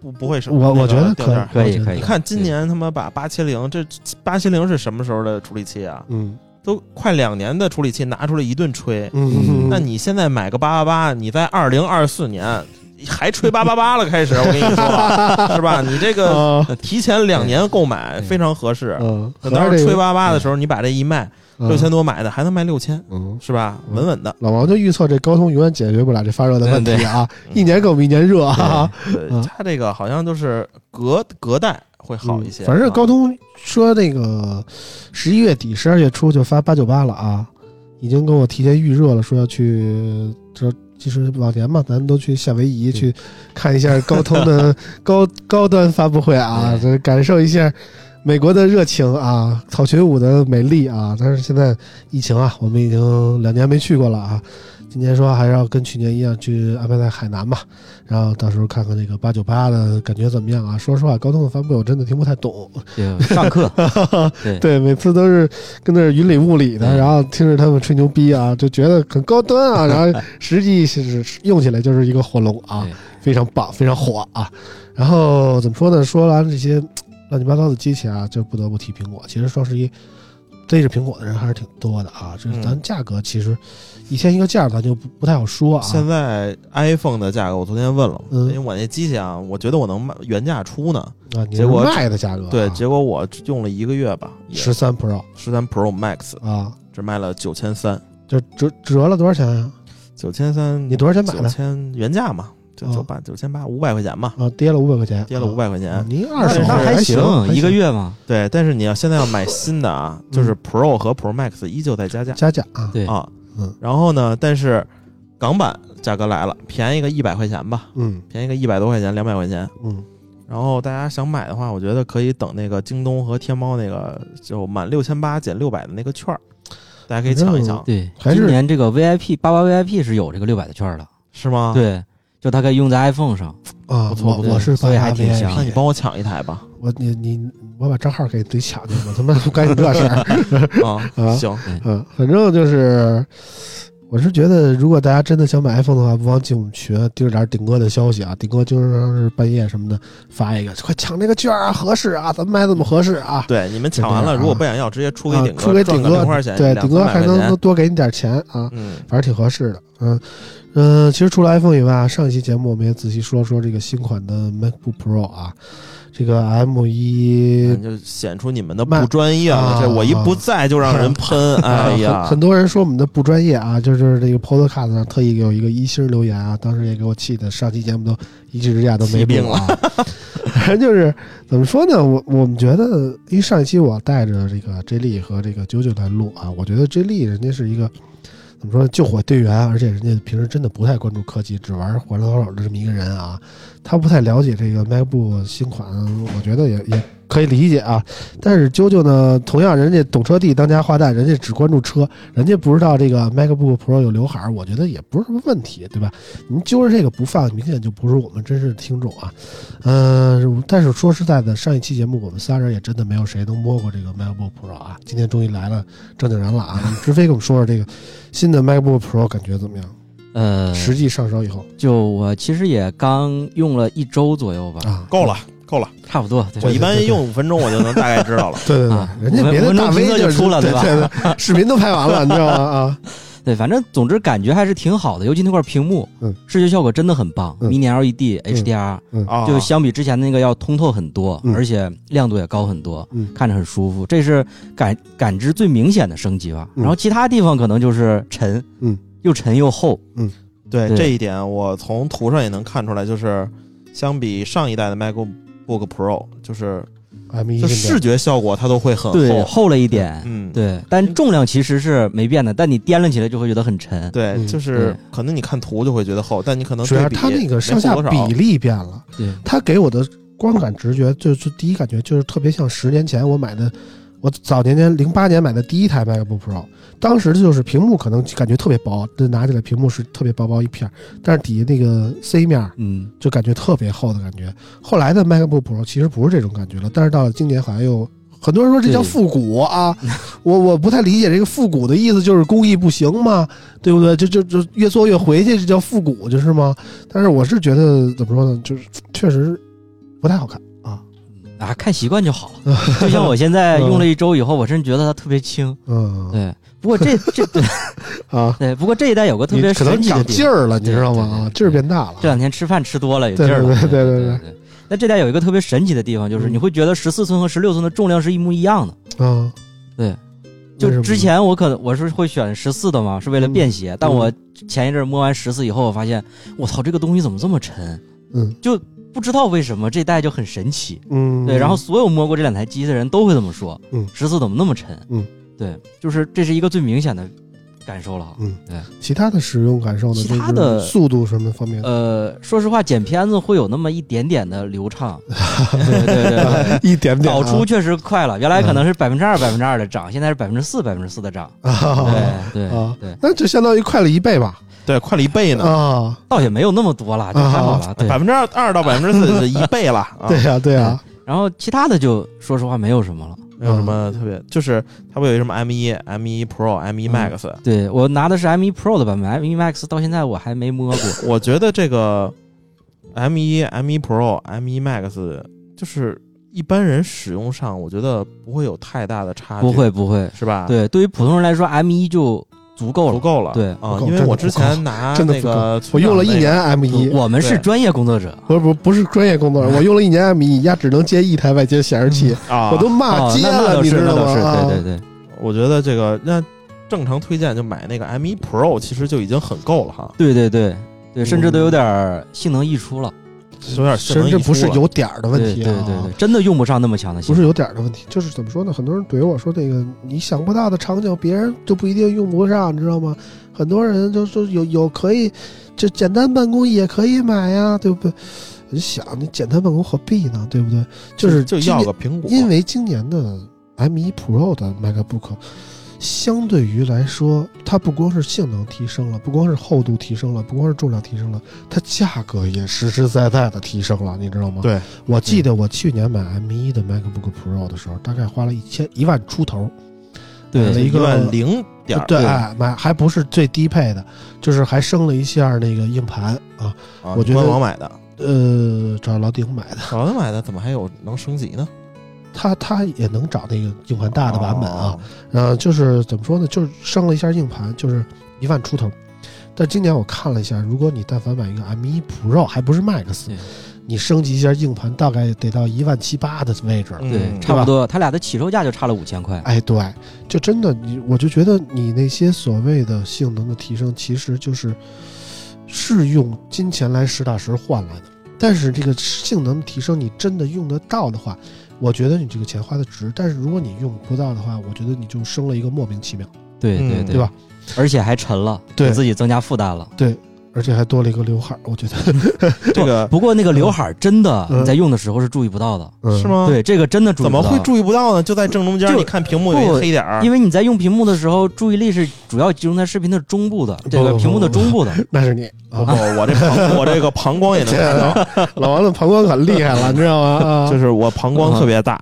不不会少。我那我个觉得掉可价以，可以我觉得可以你看今年他妈把八七零这八七零是什么时候的处理器啊？嗯都快两年的处理器拿出来一顿吹，嗯，那你现在买个八八八，你在二零二四年还吹八八八了？开始，呃我跟你说，啊是吧？你这个呃提前两年购买非常合适。嗯，等合到着时这吹个八八的时候，你把这一卖，六千，多买的还能卖六千，嗯嗯。是吧？嗯稳稳的。老王就预测这高通永远解决不了这发热的问题啊，对一年更比一年热啊。对嗯它这个好像就是隔隔代会好一些。嗯反正啊高通说那个十一月底、十二月初就发八九八了啊，已经跟我提前预热了，说要去这。其实往年嘛，咱们都去夏威夷去看一下高通的高高端发布会啊，这感受一下美国的热情啊，草裙舞的美丽啊。但是现在疫情啊，我们已经两年没去过了啊。今年说还是要跟去年一样去安排在海南吧，然后到时候看看这个八九八的感觉怎么样啊。说实话，高通的发布会我真的听不太懂，对，上课对对，每次都是跟那儿云里雾里的，嗯然后听着他们吹牛逼啊，就觉得很高端 啊，然后实际是用起来就是一个火龙啊 对，非常棒，非常火啊。然后怎么说呢？说完了这些乱七八糟的机器啊，就不得不提苹果。其实双十一追着苹果的人还是挺多的啊，这嗯咱价格其实一天一个价，咱就不不太好说啊。现在 iPhone 的价格，我昨天问了，嗯因为我那机器啊，我觉得我能卖原价出呢。啊，你结是果卖的价格、啊、对，结果我用了一个月吧，也十三 Pro 十三 Pro Max 啊，只卖了九千三，就折折了多少钱啊？九千三，你多少钱买九的？千原价嘛，就啊九八九千八，五百块钱嘛，啊，跌了五百块钱，跌了五百块啊钱。您二手那那还还行，一个月嘛，对，但是你要现在要买新的啊，就是 Pro 和 Pro Max 依旧在加价加价啊，对啊嗯嗯。然后呢，但是港版价格来了，便宜个一百块钱吧，嗯便宜个一百多块钱，两百块钱。嗯然后大家想买的话，我觉得可以等那个京东和天猫那个就满六千八减六百的那个券儿，大家可以抢一抢，对，还是今年这个 VIP 八八 VIP 是有这个六百的券儿的，是吗？，对，就它可以用在 iPhone 上，啊，不错我不错我是所以还挺香那像你帮我抢一 台吧。我你你我把账号给怼抢去，我他妈不干你这事儿，啊，啊行，嗯，反正就是。我是觉得，如果大家真的想买 iPhone 的话，不妨进我们群盯着点顶哥的消息啊。顶哥经常是半夜什么的发一个，快抢这个券啊，合适啊，咱们买怎么合适啊？对，你们抢完就这了，样啊如果不想要，直接出给啊顶哥，出给赚顶个哥零花钱，对，两顶哥三百还块能钱。多给你点钱啊。嗯，反正挺合适的，嗯。嗯，其实除了 iPhone 以外啊，上一期节目我们也仔细说了说这个新款的 MacBook Pro 啊，这个 M 一就显出你们的慢不专业了。啊这我一不在就让人喷，哎很呀很，多人说我们的不专业啊，就是这个 Podcast 上特意有一个一星留言啊，当时也给我气的，上期节目都一气之下都没起病录啊。反正 就是怎么说呢，我我们觉得，因为上一期我带着这个 J 莉和这个九九来录啊，我觉得 J 莉人家是一个怎么说救火队员，而且人家平时真的不太关注科技，只玩火热老的这么一个人啊，他不太了解这个 MacBook 新款，我觉得也也可以理解啊。但是啾啾呢，同样人家懂车帝当家花旦，人家只关注车，人家不知道这个 MacBook Pro 有刘海儿，我觉得也不是什么问题，对吧？您揪着这个不放，明显就不是我们真实的听众啊。嗯，但是说实在的，上一期节目我们仨人也真的没有谁能摸过这个 MacBook Pro 啊。今天终于来了正经人了啊！直飞给我们说说这个新的 MacBook Pro 感觉怎么样？呃，实际上手以后就我其实也刚用了一周左右吧，啊，够了，够了。差不多。对我一般对对对用五分钟我就能大概知 道了。对对对啊，人家别的文文大中 V 评测就就出了对对吧对对，视频都拍完了，你知道吗？啊，对，反正总之感觉还是挺好的，尤其那块屏幕，嗯视觉效果真的很棒、嗯 m i n i LED、HDR，啊，就相比之前那个要通透很多，嗯而且亮度也高很多，嗯看着很舒服，这是感感知最明显的升级吧。嗯然后其他地方可能就是沉，嗯，又沉又厚，对对这一点，我从图上也能看出来，就是相比上一代的 MacBook Pro，就是啊，M 一就视觉效果它都会很对，厚。厚了一点，嗯，对，但重量其实是没变的，但你掂量起来就会觉得很沉。对，嗯就是对可能你看图就会觉得厚，但你可能主要对是比它那个上下没厚多少比例变了，对，它给我的观感直觉就是第一感觉就是特别像十年前我买的，我早年间零八年买的第一台 MacBook Pro，当时就是屏幕可能感觉特别薄，这拿起来屏幕是特别薄薄一片儿，但是底下那个 C 面儿嗯，就感觉特别厚的感觉。后来的 MacBook Pro 其实不是这种感觉了，但是到了今年好像又。很多人说这叫对嗯复古啊，我我不太理解这个复古的意思，就是工艺不行嘛，对不对？就就就越做越回去，这叫复古就是吗？但是我是觉得怎么说呢，就是确实不太好看。啊，看习惯 就好。就像我现在用了一周以后，我真觉得它特别轻。嗯对，不过这这对 啊，对，不过这一代有个特别你可能神奇的长地劲方，儿了，你知道吗？对对对啊，劲儿变大了。这两天吃饭吃多了有劲对儿了。对对对对对。那这代有一个特别神奇的地方，就是嗯你会觉得十四寸和十六寸的重量是一模一样的。啊，对，为什就么之前我可能我是会选十四的嘛，是为了便嗯携。但我前一阵摸完十四以后，我发现我操，这个东西怎么这么沉？嗯不知道为什么这代就很神奇。嗯，对，然后所有摸过这两台机的人都会这么说，嗯十四怎么那么沉？嗯，对，就是这是一个最明显的感受了。嗯对，其他的使用感受呢？其就他是的速度什么方面？呃，说实话，剪片子会有那么一点点的 流畅，对对对对。一点点啊嗯呃导出确实快了，原来可能是百分之二、百分之二的涨，现在是百分之四、百分之四的涨。啊，对啊对对， 那就相当于快了一倍吧？对快了一倍呢，啊，倒也没有那么多了，就还好了。对，百分之二到百分之四是一倍了啊。对呀，对呀，然后其他的就说实话没有什么了。没有什嗯么特别，就是它会有一什么 M 一、M 一 Pro、M 一 Max，、对我拿的是 M1 Pro 的版本，M1 Max 到现在我还没摸过。 我觉得这个 M 一、M 一 Pro、M 一 Max 就是一般人使用上，我觉得不会有太大的啊差距，不会不会，是吧？，对，对于普通人来说，M1 就足够不了。够了，对啊不，够因真为的我不之前拿真的那不够个我用了一村年长 M 一，我们是对专业工作者，不是不不是专业工作嗯人，我用了一年 M 一，丫只能接一台外接显示器，那个啊，我都骂哦，街那那了，倒你是知那道倒吗？是，啊对对对，我觉得这个那正常推荐就买那个 M 一 Pro，其实就已经很够了哈，对对对对，甚嗯至都有点儿性能溢出了。有点性甚能至溢啊不出是了有点儿的问题啊，对对对对，真的用不上那么强的不性是能。有点儿的问题，就是怎么说呢？很多人怼我说这个你想不到的场景，别人就不一定用不上，你知道吗？很多人就说有有可以，就简单办公也可以买呀，对不对？我就想你简单办公何必呢？对不对？就是就今要年个苹果，因为今年的 M1 Pro 的 MacBook，相对于来说，它不光是性能提升了，不光是厚度提升了，不光是重量提升了，它价格也实实在在的提升了，你知道吗？对，我记得我去年买 M1 的 MacBook Pro 的时候，大概花了一千一万出头，买了对一一个万零点儿嗯对，对哎买还不是最低配的，就是还升了一下那个硬盘啊，啊我觉得官网买的，呃，找老顶买的。老子买的怎么还有能升级呢？它它也能找那个硬盘大的版本啊，哦，呃，就是怎么说呢，就是升了一下硬盘，就是一万出头。但今年我看了一下，如果你但凡买一个 M1 Pro，还不是 Max，嗯对你升级一下硬盘，大概得到一万七八的位置了。嗯对，差不多，它俩的起售价就差了五千块。哎，对，就真的你，我就觉得你那些所谓的性能的提升，其实就是是用金钱来实打实换来的。但是这个性能提升，你真的用得到的话，我觉得你这个钱花的值。但是如果你用不到的话，我觉得你就生了一个莫名其妙，对对嗯对吧？？而且还沉了，对给自己增加负担了。对，而且还多了一个刘海儿，我觉 得、这个不过那个刘海儿真的嗯你在用的时候是注意不到的， 嗯是？吗？，对，这个真的注意怎不么到会？注意不到呢？就在正中间，就你看屏幕有一不个黑点儿，因为你在用屏幕的时候，注意力是主要集中在视频的中部的，这个不屏幕的中部的。嗯那是你不啊，我这膀 我这个膀胱也能看到，老王的膀胱可厉害 了，你知道吗？啊，就是我膀胱特别大，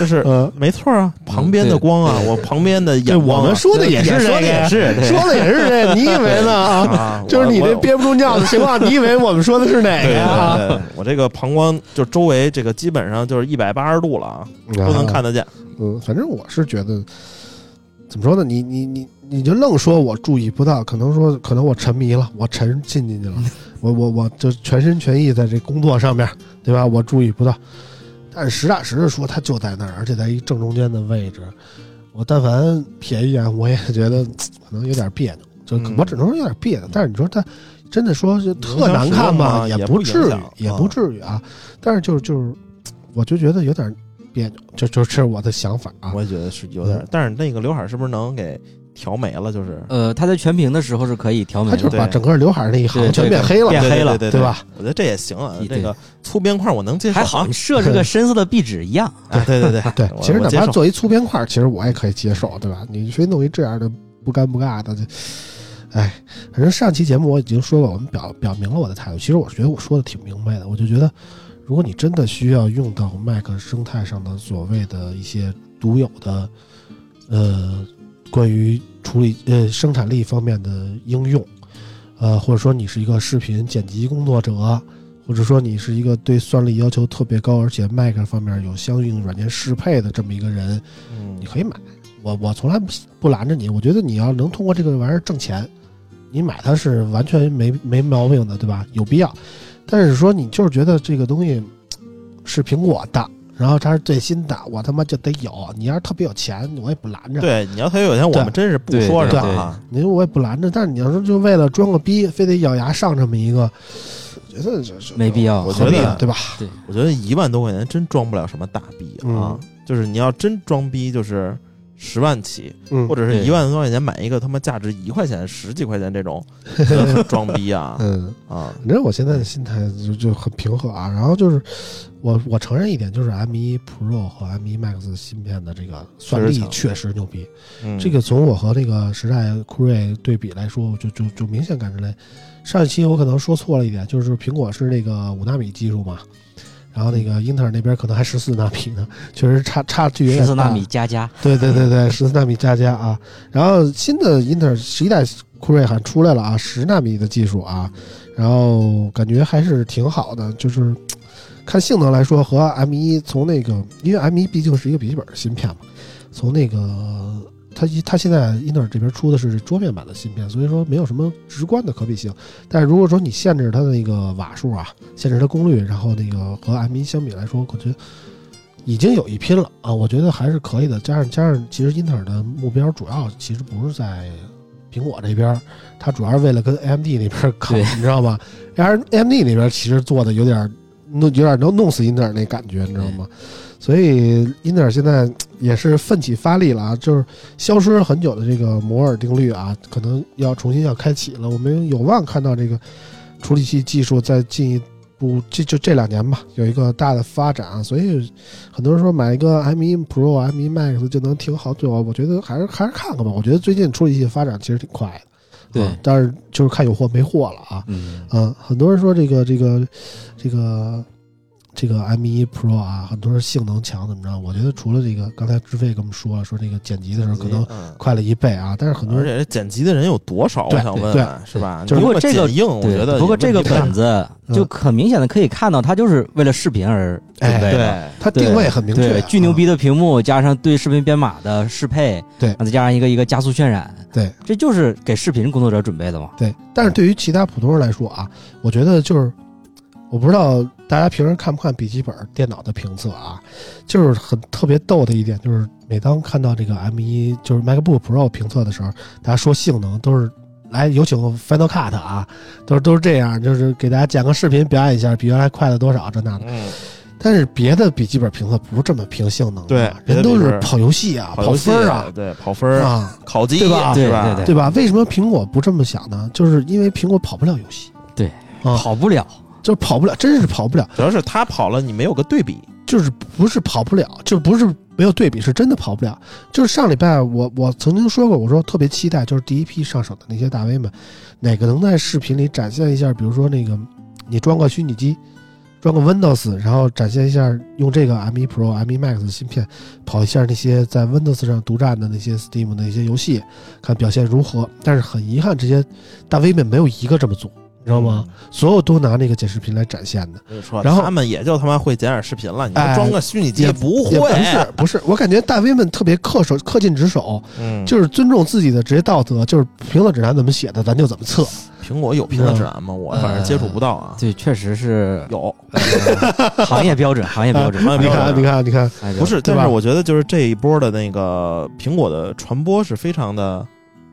就是嗯，没错啊，旁边的光啊，我旁边的眼对，我光啊们说的也是对这说个的也是对说的也是这，你以为呢啊？啊，就是你我这啊憋不住尿的情 况，你以为我们说的是哪个对呀？对对，我这个膀胱就周围这个基本上就是一百八十度了啊，都能看得见。嗯，反正我是觉得，怎么说呢？你你你你就愣说我注意不到，可能说可能我沉迷了，我沉浸进去了，嗯我我我就全心全意在这工作上面，对吧？我注意不到，但是实打实的说，它就在那儿，而且在一正中间的位置。我但凡瞥一眼，我也觉得可能有点别扭，就可嗯我只能说有点别扭。但是你说它真的说就特难看吧，影响使用吗啊不至于，也也不影响不至于啊。但是就是就是，我就觉得有点别扭，这这是我的想法啊。我也觉得是有点嗯，但是那个刘海是不是能给调没了？就是呃，它在全屏的时候是可以调他没就是的。把对整个刘海那一行对全变黑了，变黑了对对？吧？我觉得这也行啊，对这个粗边框我能接受啊，还好你设置个深色的壁纸一样，啊， 对对对对，我其实我哪接怕受做一粗边块儿，其实我也可以接受，对吧？你非弄一这样的不尴不尬的，这，哎，反正上期节目我已经说过，我们表表明了我的态度。其实我觉得我说的挺明白的，我就觉得，如果你真的需要用到 Mac 生态上的所谓的一些独有的，呃，关于处理呃生产力方面的应用，呃，或者说你是一个视频剪辑工作者，或者说你是一个对算力要求特别高，而且 Mac 方面有相应软件适配的这么一个人，嗯你可以买。我我从来不不拦着你，我觉得你要能通过这个玩意儿挣钱，你买它是完全没没毛病的，对吧？有必要。但是说你就是觉得这个东西是苹果的，然后它是最新的，我他妈就得有。你要是特别有钱，我也不拦着。对，你要他有一天我们真是不对说对什么对啊，你说我也不拦着，但是你要说就为了装个逼，非得咬牙上这么一个，我觉得这是没必要我觉何必得呢？对吧？我觉得一万多块钱真装不了什么大逼啊嗯，就是你要真装逼，就是十万起，嗯或者是对一万多块钱买一个他妈价值一块钱、十几块钱 这种就是装逼啊嗯。啊！反正我现在的心态就就很平和啊。然后就是我我承认一点，就是 M1 Pro 和 M1 Max 芯片的这个算确实力强确实牛逼。嗯这个从我和那个时代酷睿对比来说，就就就明显感出来。上一期我可能说错了一点，就是苹果是那个五纳米技术嘛，然后那个英特尔那边可能还十四纳米呢，确实差差距有点大。十四纳米加加，对对对对，十四纳米加加啊，然后新的英特尔十一代酷睿还出来了啊，十纳米的技术啊，然后感觉还是挺好的，就是嘖看性能来说和 M 一从那个，因为 M 一毕竟是一个笔记本芯片嘛，从那个它一它现在英特尔这边出的是桌面版的芯片，所以说没有什么直观的可比性。但是如果说你限制它的那个瓦数啊，限制它功率，然后那个和 M 一相比来说，我觉得已经有一拼了啊，我觉得还是可以的。加上加上，其实英特尔的目标主要其实不是在苹果这边，它主要是为了跟 AMD 那边靠，对你知道吧？AMD 那边其实做的有点弄有点能弄死英特尔那感觉，你知道吗？所以英特尔现在也是奋起发力了啊，就是消失了很久的这个摩尔定律啊，可能要重新要开启了。我们有望看到这个处理器技术再进一步，这就这两年吧，有一个大的发展啊。所以很多人说买一个 M1 Pro、M1 Max 就能挺好对我，我觉得还是还是看看吧。我觉得最近处理器发展其实挺快的，对嗯啊但是就是看有货没货了啊。嗯，嗯，很多人说这个这个这个这个 M1 Pro 啊，很多是性能强怎么着？我觉得除了这个，刚才志飞也跟我们说了，说这个剪辑的时候可能嗯快了一倍啊，但是很多而人且剪辑的人有多少？对我想问对问，是吧？就是你如果那么这个剪映，我对觉得不过也这个问题本子嗯就很明显的可以看到，它就是为了视频而准哎备对的。它定位很明确啊嗯对，，巨牛逼的屏幕加上对视频编码的适配，对然后再加上一个一个加速渲染，对，这就是给视频工作者准备的嘛。对，但是对于其他普通人来说啊，我觉得就是，我不知道大家平时看不看笔记本电脑的评测啊，就是很特别逗的一点，就是每当看到这个 M 一就是 MacBook Pro 评测的时候，大家说性能都是。来，有请 Final Cut 啊，都是都是这样，就是给大家剪个视频表演一下，比原来快了多少这那的。嗯，但是别的笔记本评测不是这么评性能的，啊对别人的都笔记是本跑游戏啊，跑跑游戏分儿啊，，对，跑分儿，啊，考级对吧是对对对吧？为什么苹果不这么想呢？就是因为苹果跑不了游戏，对，啊，跑不了，就是跑不了，真是跑不了，主要是他跑了，你没有个对比。就是不是跑不了，就不是没有对比，是真的跑不了。就是上礼拜我我曾经说过，我说特别期待，就是第一批上手的那些大 V 们，哪个能在视频里展现一下，比如说那个你装个虚拟机。装个 Windows，然后展现一下用这个 M1 Pro、M1 Max 的芯片跑一下那些在 Windows 上独占的那些 Steam 的一些游戏，看表现如何。但是很遗憾，这些大 V 们没有一个这么做，你知道吗？嗯所有都拿那个剪视频来展现的。我跟你说，然后他们也就他妈会剪点视频了，你说哎装个虚拟机也不也会不，是不是，我感觉大 V 们特别恪守、恪尽职守，嗯，就是尊重自己的职业道德，就是评测指南怎么写的，咱就怎么测。苹果有评嗯测指南吗？我反正接触不到啊。对，确实是有，呃行业标准，行业标准，行业嗯你标看，你准看，啊你看，看不是，对但吧是我觉得就是这一波的那个苹果的传播是非常的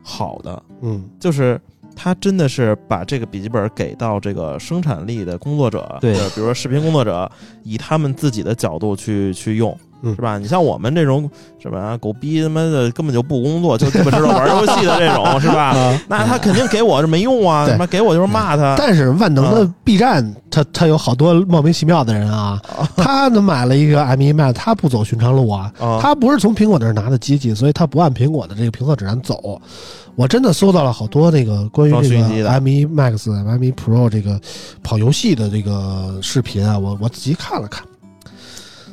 好的，嗯，就是他真的是把这个笔记本给到这个生产力的工作者，对就是比如说视频工作者，以他们自己的角度去去用。嗯是吧？你像我们这种什么啊狗逼他妈的，根本就不工作，就他妈知道玩游戏的这种，是吧？啊那他肯定给我是没用啊，对嗯他妈给我就是骂他。但是万能嗯的 B 站，它它有好多莫名其妙的人啊，哦他呢买了一个 E M1 Max，他不走寻常路啊，啊，他不是从苹果那儿拿的机器，所以他不按苹果的这个评测指南走。我真的搜到了好多那个关于装这虚个拟机的 M1 Max、M1 Pro 这个跑游戏的这个视频啊，我我仔细看了看，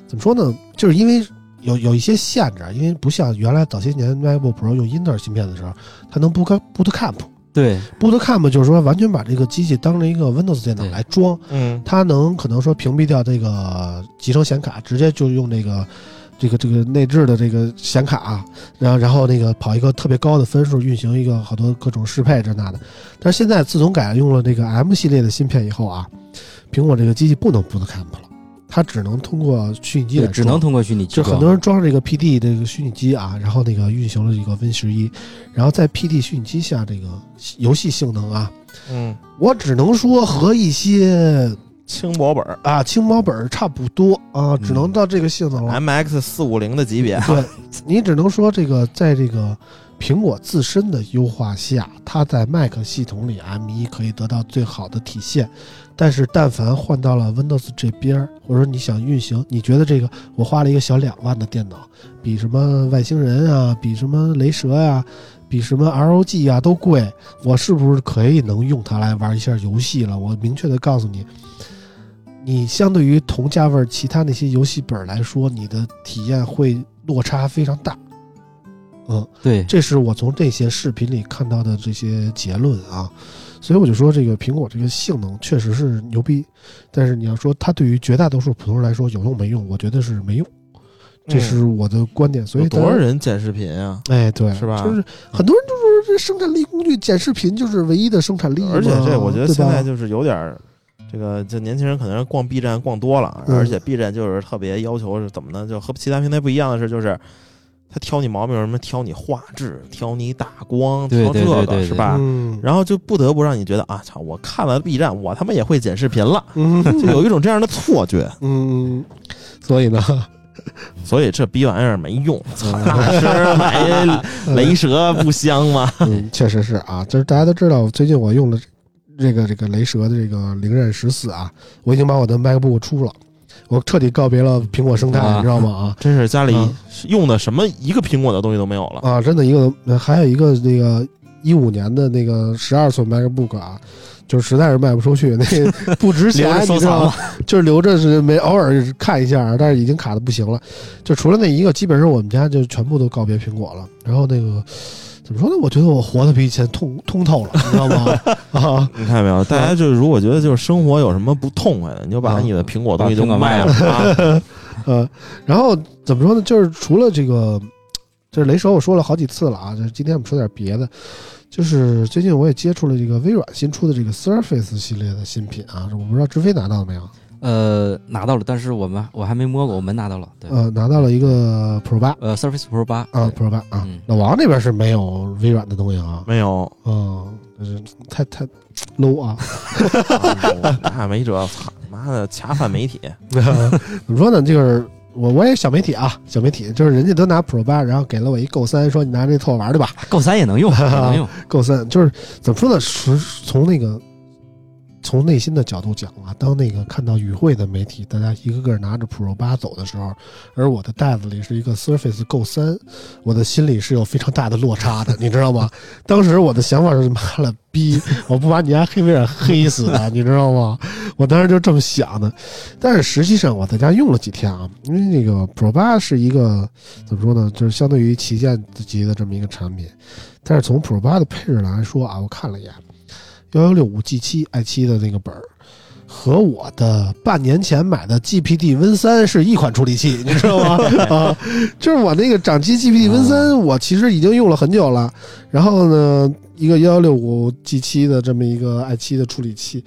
怎么说呢？就是因为有有一些限制，啊，因为不像原来早些年 MacBook Pro 用英特尔芯片的时候，它能 boot boot camp。对 boot camp 就是说完全把这个机器当成一个 Windows 电脑对来装，嗯，它能可能说屏蔽掉这个集成显卡，直接就用这个这个这个内置的这个显卡、啊然后然后那个跑一个特别高的分数，运行一个好多各种适配这那的。但是现在自从改用了这个 M 系列的芯片以后啊，苹果这个机器不能 Boot Camp 了，它只能通过虚拟机来对，只能装。通过虚拟机就构，很多人装这个 PD 这个虚拟机啊，然后那个运行了一个 Win 十一，然后在 PD 虚拟机下这个游戏性能啊，嗯，我只能说和一些轻薄本啊，轻薄本儿差不多啊，只能到这个性能了。 M X 四五零的级别，对，你只能说这个在这个苹果自身的优化下，它在 Mac 系统里 M1 可以得到最好的体现。但是，但凡换到了 Windows 这边儿，或者说你想运行，你觉得这个我花了一个小两万的电脑，比什么外星人啊，比什么雷蛇呀、比什么 ROG 啊都贵，我是不是可以能用它来玩一下游戏了？我明确的告诉你，你相对于同价位儿其他那些游戏本儿来说，你的体验会落差非常大。嗯，对这是我从这些视频里看到的这些结论啊，所以我就说这个苹果这个性能确实是牛逼，但是你要说它对于绝大多数普通人来说有用没用，我觉得是没用，这是我的观点。所以嗯有大家多少人剪视频啊？哎，对，是吧就是很多人就说这生产力工具剪视频就是唯一的生产力嘛，而且这我觉得对现吧在就是有点儿，这个这年轻人可能逛 B 站逛多了，嗯而且 B 站就是特别要求是怎么呢？就和其他平台不一样的是，就是他挑你毛病，什么挑你画质，挑你打光，对挑这对对个对是吧？嗯，然后就不得不让你觉得啊，操！我看了 B 站，我他妈也会剪视频了，嗯 就有一种这样的错觉。嗯，所以呢，所以这逼玩意儿没用， 操！大师买雷蛇不香吗？嗯，确实是啊，就是大家都知道，最近我用了这个这个雷蛇的这个凌刃十四啊，我已经把我的 MacBook 出了，我彻底告别了苹果生态，啊你知道吗？ 真是家里哦嗯用的什么一个苹果的东西都没有了。啊啊，真的一个，还有一个那个一五年的那个十二寸 MacBook 啊，就是实在是卖不出去，那不值 留钱，着你收知道吗？藏吧。就是留着是没偶尔看一下，但是已经卡的不行了。就除了那一个，基本上我们家就全部都告别苹果了。然后那个怎么说呢？我觉得我活得比以前通通透了，你知道 吗？啊， 你看没有？大家就是如果觉得就是生活有什么不痛快的，你就把嗯你的苹果把东西都苹果卖卖了啊。呃，然后怎么说呢？就是除了这个，就是雷蛇，我说了好几次了啊。就是今天我们说点别的，就是最近我也接触了这个微软新出的这个 Surface 系列的新品啊。我不知道志飞拿到了没有？ 呃，拿到了，但是我们我还没摸过，我们拿到了。对，呃，拿到了一个 Pro 八呃，Surface Pro 八啊，Pro 八啊嗯。老王那边是没有微软的东西啊。 没有，嗯，就是太太 low 啊！啊那没辙，操妈的恰饭媒体， 怎么说呢？就是我我也小媒体啊，小媒体就是人家都拿 Pro 八，然后给了我一 Go 三，说你拿这凑合玩儿去吧。 ，Go 三也能用，也能 用。 Go 三就是怎么说呢？从从那个从内心的角度讲啊，当那个看到与会的媒体，大家一个个拿着 Pro 八走的时候，而我的袋子里是一个 Surface Go 三，我的心里是有非常大的落差的，你知道吗？当时我的想法是妈了逼，我不把你家黑微软黑死的，你知道吗？我当时就这么想的，但是实际上我在家用了几天啊，因为那个 Pro 八是一个怎么说呢，就是相对于旗舰级的这么一个产品，但是从 Pro 八的配置来说啊，我看了一眼，幺幺六五 G 七 i 七的那个本儿。和我的半年前买的 GPD Win 三是一款处理器，你知道吗？ 啊，就是我那个掌机 GPD Win 三，我其实已经用了很久了。然后呢，一个幺幺六五 G 七的这么一个 i 七的处理器，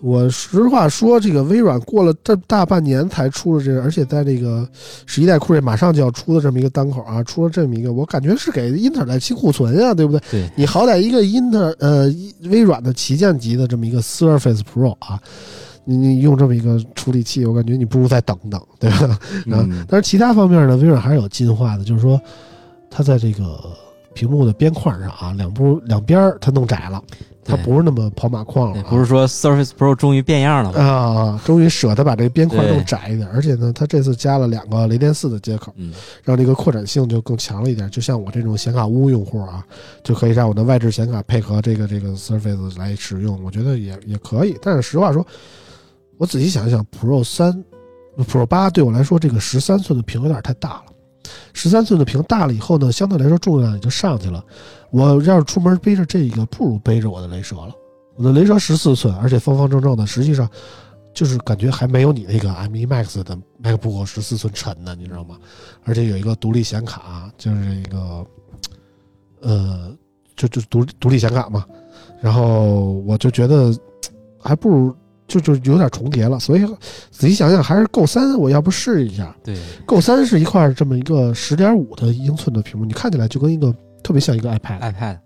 我实话说，这个微软过了这大半年才出了这个，而且在这个十一代酷睿马上就要出的这么一个单口啊，出了这么一个，我感觉是给英特尔在清库存呀、对不对？对，你好歹一个英特尔呃一微软的旗舰级的这么一个 Surface Pro 啊，你你用这么一个处理器，我感觉你不如再等等，对吧？嗯，但是其他方面呢，微软还是有进化的，就是说它在这个屏幕的边框上啊，两部两边儿它弄窄了，它对不是那么跑马框了对啊、不是说 Surface Pro 终于变样了吗？啊，终于舍得把这个边框对弄窄一点，而且呢，它这次加了两个雷电四的接口，嗯，让这个扩展性就更强了一点。就像我这种显卡屋用户啊，就可以让我的外置显卡配合这个这个 Surface 来使用，我觉得也也可以。但是实话说，我仔细想一想，Pro 三、Pro 八对我来说，这个十三寸的屏有点太大了。十三寸的屏大了以后呢，相对来说重量也就上去了。我要是出门背着这个，不如背着我的雷蛇了。我的雷蛇十四寸，而且方方正正的，实际上就是感觉还没有你那个 M1 Max 的 MacBook 十四寸沉呢，你知道吗？而且有一个独立显卡，就是一个呃，就就独独立显卡嘛。然后我就觉得还不如就就有点重叠了，所以仔细想想还是 Go 三，我要不试一下。对， Go 三是一块这么一个十点五的英寸的屏幕，你看起来就跟一个特别像一个 iPad。 iPad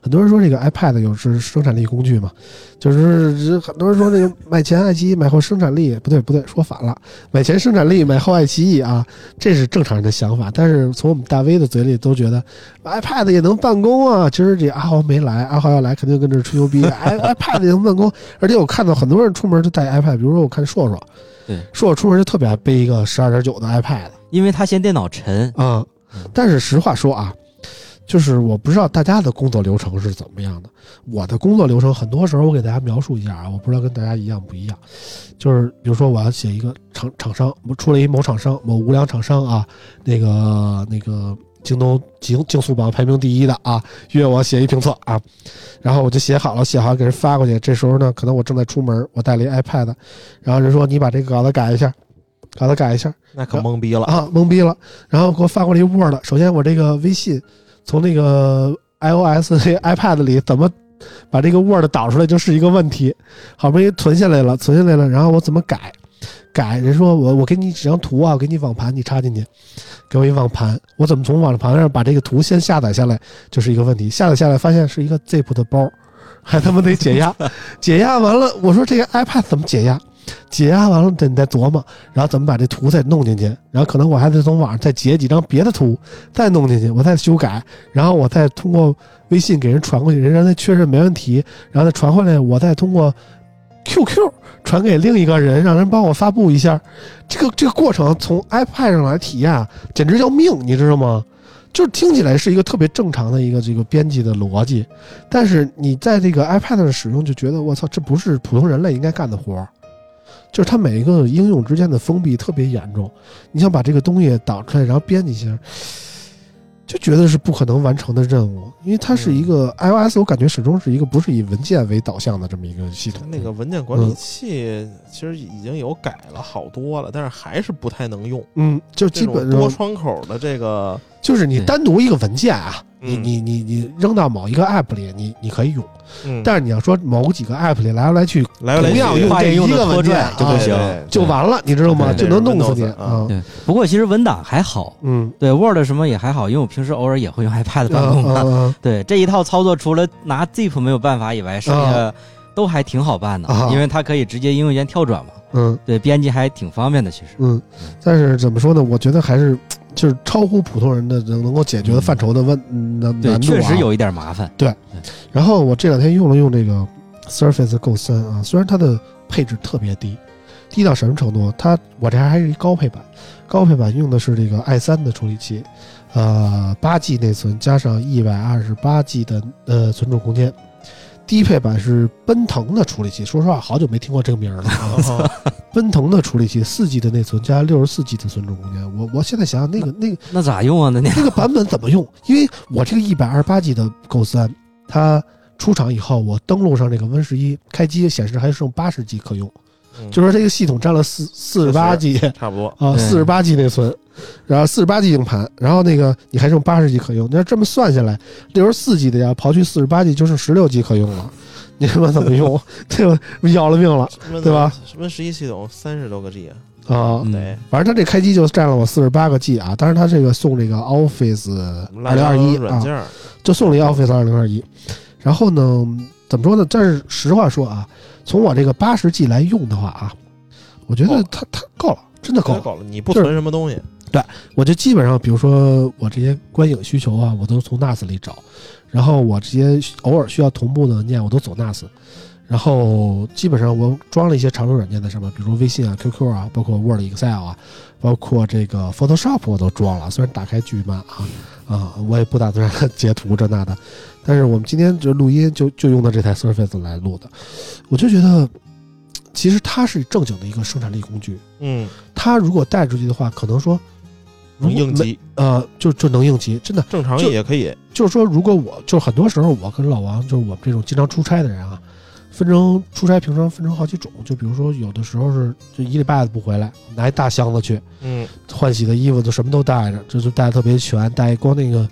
很多人说这个 iPad 有是生产力工具嘛，就是很多人说这个买前爱奇艺，买后生产力，不对不对，说反了，买前生产力，买后爱奇艺啊，这是正常人的想法。但是从我们大 V 的嘴里都觉得哎 iPad 也能办公啊，今儿这阿豪没来，阿豪要来肯定跟这儿吹牛逼，i iPad 也能办公。而且我看到很多人出门就带 iPad，比如说我看硕硕，对硕硕出门就特别爱背一个十二点九的 iPad。因为它嫌电脑沉，啊、但是实话说啊，就是我不知道大家的工作流程是怎么样的。我的工作流程很多时候我给大家描述一下啊，我不知道跟大家一样不一样。就是比如说我要写一个厂厂商，我出了一某厂商某无良厂商啊，那个那个京东竞竞速榜排名第一的啊，约我写一评测啊，然后我就写好了，写好给人发过去。这时候呢，可能我正在出门，我带了一 iPad，然后人说你把这个稿子改一下，稿子改一下。那可懵逼了。啊，懵逼了，然后给我发过来一 Word。首先我这个微信从那个 iOS 那 iPad 里怎么把这个 Word 导出来就是一个问题，好不容易存下来了，存下来了，然后我怎么改？改人说我我给你几张图啊，我给你网盘，你插进去，给我一网盘，我怎么从网盘上把这个图先下载下来，就是一个问题。下载下来发现是一个 zip 的包，还他妈得解压，解压完了，我说这个 iPad 怎么解压？解压完了，得你再琢磨，然后怎么把这图再弄进去，然后可能我还得从网上再截几张别的图，再弄进去，我再修改，然后我再通过微信给人传过去，人让他确认没问题，然后再传回来，我再通过 QQ 传给另一个人，让人帮我发布一下。这个这个过程从 iPad 上来体验啊，简直要命，你知道吗？就是听起来是一个特别正常的一个这个编辑的逻辑，但是你在这个 iPad 上使用，就觉得我操，这不是普通人类应该干的活儿。就是它每一个应用之间的封闭特别严重，你想把这个东西导出来，然后编辑一下，就觉得是不可能完成的任务，因为它是一个 iOS，我感觉始终是一个不是以文件为导向的这么一个系它统。那个文件管理器其实已经有改了好多了，但是还是不太能用。嗯，就这基种本多上窗口的这个，就是你对单独一个文件啊，你嗯你你你扔到某一个 app 里，你你可以用，嗯但是你要说某几个 app 里来来去来来同样去用去跨这越一用的个拖文件拽就不啊行。对就完了，你知道吗？就对能弄死你啊这是 Windows，对，不过其实文档还好，嗯，对 Word 什么也还好，因为我平时偶尔也会用 iPad 办公嘛。啊 对这一套操作，除了拿 zip 没有办法以外，剩下都还挺好办的，嗯啊因为它可以直接应用间跳转嘛。嗯对，编辑还挺方便的，其实。嗯，但是怎么说呢？我觉得还是就是超乎普通人的能能够解决的范畴的问嗯难对，难度啊确实有一点麻烦。然后我这两天用了用这个 Surface Go 三啊，虽然它的配置特别低，低到什么程度？它我这还是一高配版，高配版用的是这个 i 3的处理器，呃，八 G 内存加上一百二十八 G 的呃存储空间。低配版是奔腾的处理器，说实话，好久没听过这个名儿了 啊。奔腾的处理器，四 G 的内存加六十四 G 的存储空间。我我现在想想，那个那个那咋用啊？那那 那个版本怎么用？因为我这个一百二十八 G 的 Go 三，它出厂以后，我登录上这个 Win 十一，开机显示还剩八十 G 可用，嗯就说这个系统占了四四十八 G 差不多。啊，对四十八 G 内存，然后四十八 G 硬盘，然后那个你还剩八十 G 可用。你要这么算下来，六十四 G 的要刨去四十八 G，就剩十六 G 可用了。 你他妈怎么用？ 这个要了命了对吧？什么十一系统三十多个 G 啊？啊！嗯对，反正它这开机就占了我四十八个 G 啊，当然它这个送这个 Office 二零二一软啊件，嗯儿，就送了一 Office 二零二一。然后呢，怎么说呢？但是实话说啊，从我这个八十 G 来用的话啊，我觉得它它够了，真的够太了。搞了！你不就是存什么东西？我就基本上，比如说我这些观影需求啊，我都从 NAS 里找，然后我这些偶尔需要同步的文件，我都走 NAS。然后基本上我装了一些常用软件在上面，比如说微信啊、QQ 啊，包括 Word、Excel 啊，包括这个 Photoshop 我都装了，虽然打开巨慢啊啊，我也不打算让 它截图这那的，但是我们今天就录音就就用到这台 Surface 来录的，我就觉得其实它是正经的一个生产力工具，嗯，它如果带出去的话，可能说如能果应没急，呃，就就能应急，真的正常就也可以。就是说，如果我就是很多时候，我跟老王就是我们这种经常出差的人啊，分成出差平常分成好几种，就比如说有的时候是就一礼拜不回来，拿一大箱子去，嗯，换洗的衣服都什么都带着，这就带得特别全，带光那个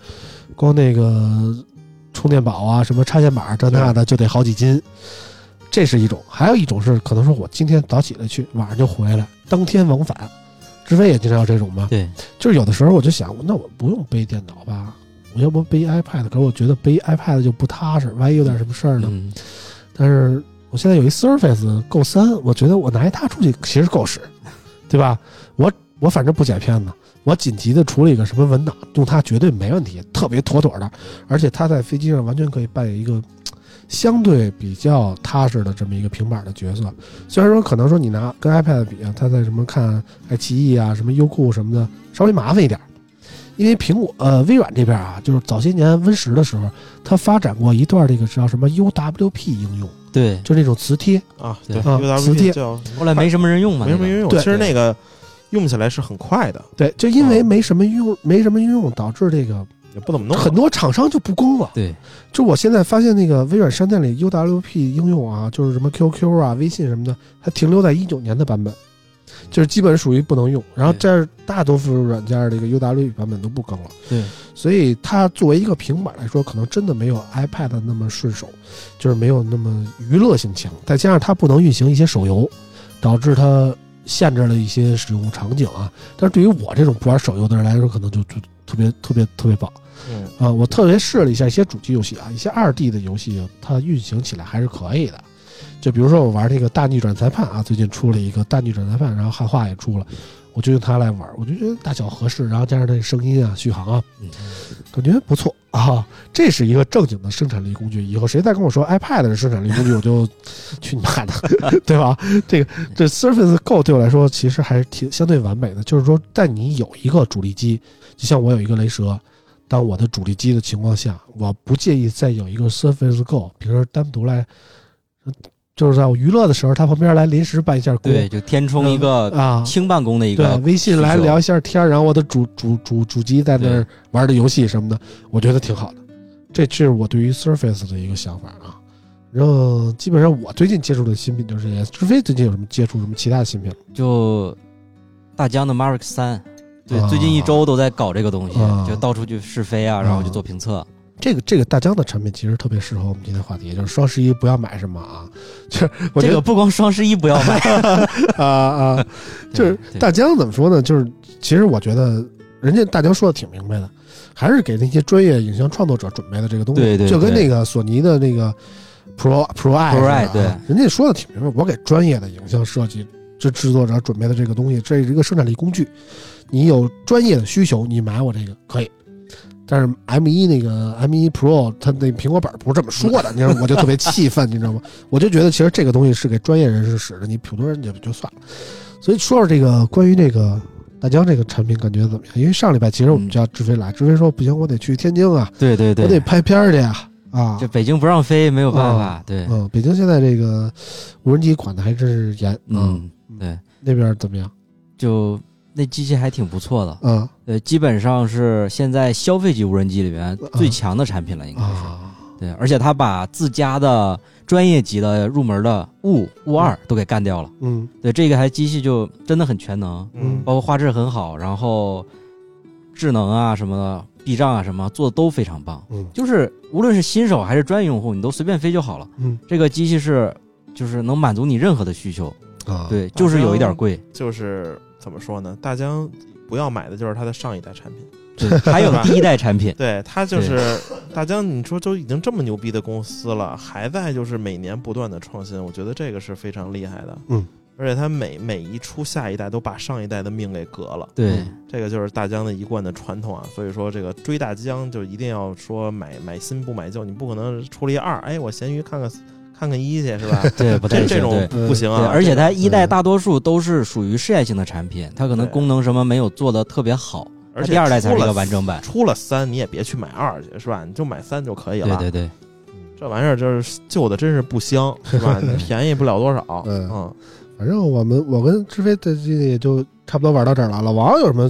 光那个充电宝啊，什么插线板这那的就得好几斤，这是一种；还有一种是可能说我今天早起来去，晚上就回来，当天往返。志飞也经常有这种吗？对，就是有的时候我就想，那我不用背电脑吧，我要不背 iPad，可是我觉得背 iPad 就不踏实，万一有点什么事儿呢？嗯，但是我现在有一 Surface Go 三，我觉得我拿一它出去其实够使，对吧？我我反正不剪片子，我紧急的处理个什么文档，用它绝对没问题，特别妥妥的。而且它在飞机上完全可以扮演一个嘖相对比较踏实的这么一个平板的角色。虽然说可能说你拿跟 iPad 比啊，它在什么看爱奇艺啊、什么优酷什么的稍微麻烦一点。因为苹果呃微软这边啊，就是早些年 Win 十的时候，它发展过一段这个叫什么 UWP 应用，对。就那种磁贴，啊，对啊磁 UWP 贴叫后来没什么人用嘛，没什么那个应用。对其实那个用起来是很快的，对，就因为没什么用，没什么应用，导致这个也不怎么弄。很多厂商就不供了。对，就我现在发现那个微软商店里 UWP 应用啊，就是什么 QQ 啊、微信什么的，还停留在一九年的版本，就是基本属于不能用。然后对这儿大多数软件儿这个 UWP 版本都不更了。对，所以它作为一个平板来说，可能真的没有 iPad 那么顺手，就是没有那么娱乐性强。再加上它不能运行一些手游，导致它限制了一些使用场景啊。但是对于我这种不玩手游的人来说，可能就就特别特别特别棒。嗯啊、我特别试了一下一些主机游戏啊，一些二 D 的游戏，它运行起来还是可以的。就比如说我玩那个《大逆转裁判》啊，最近出了一个《大逆转裁判》，然后汉化也出了，我就用它来玩，我就觉得大小合适，然后加上它的声音啊、续航啊，感觉不错啊。这是一个正经的生产力工具，以后谁再跟我说 iPad 是生产力工具，我就去你妈的， 对吧？这个这 Surface Go 对我来说其实还是挺相对完美的，就是说，在你有一个主力机，就像我有一个雷蛇，当我的主力机的情况下，我不介意再有一个 Surface Go，比如说单独来，就是在我娱乐的时候，它旁边来临时办一下工对，就填充一个啊，轻办公的一对个，微信来聊一下天儿，然后我的主主主主机在那儿玩的游戏什么的，我觉得挺好的。这是我对于 Surface 的一个想法啊。然后基本上我最近接触的新品就是这些，志飞最近有什么接触什么其他新品就大疆的 Mark 三。对啊，最近一周都在搞这个东西啊，就到处去试飞啊，然后去做评测。这个这个大疆的产品其实特别适合我们今天话题，就是双十一不要买什么啊，就是我觉这得个不光双十一不要买，啊啊， 就是对大疆怎么说呢？就是其实我觉得人家大疆说的挺明白的，还是给那些专业影像创作者准备的这个东西，对对就跟对那个索尼的那个 Pro Pro I Pro I，对人家说的挺明白，我给专业的影像设计这制作者准备的这个东西，这是一个生产力工具，你有专业的需求，你买我这个可以。但是 M 1那个 M 1 Pro 它那苹果版不是这么说的， 你知道吗，我就特别气愤，你知道吗？我就觉得其实这个东西是给专业人士使的，你普通人就就算了。所以说说这个关于这个大疆这个产品感觉怎么样？因为上礼拜其实我们叫志飞来，志飞说不行，我得去天津啊，对对我得对，拍片儿去呀啊这。北京不让飞，没有办法。对，嗯，北京现在这个无人机管的还真是严啊。嗯，对，那边怎么样？就那机器还挺不错的，啊呃，基本上是现在消费级无人机里面最强的产品了，应该是。啊，对，而且它把自家的专业级的入门的雾雾二都给干掉了。嗯对，这个台机器就真的很全能，嗯包括画质很好，然后智能啊什么的，避障啊什么做的都非常棒。嗯就是无论是新手还是专业用户，你都随便飞就好了。嗯这个机器是就是能满足你任何的需求，啊，对，就是有一点贵。就是怎么说呢？大疆不要买的就是它的上一代产品，，对，还有第一代产品 对它就是 大疆。你说都已经这么牛逼的公司了，还在就是每年不断的创新，我觉得这个是非常厉害的。嗯，而且它每每一出下一代都把上一代的命给革了，对嗯这个就是大疆的一贯的传统啊。所以说这个追大疆就一定要说买买新不买旧，你不可能出了一二，哎，我闲鱼看看看看一去 是吧？对，不太行这这种对对不行对，啊，而且它一代嗯大多数都是属于试验性的产品，它可能对功能什么没有做的特别好，而它且第二代才是一出个了完整版。出了三你也别去买二去，是吧？你就买三就可以了。对对对，这玩意儿就是旧的，真是不香，是 吧？便宜不了多少。嗯嗯，反正我们我跟志飞最近也就差不多玩到这儿了。老王有什么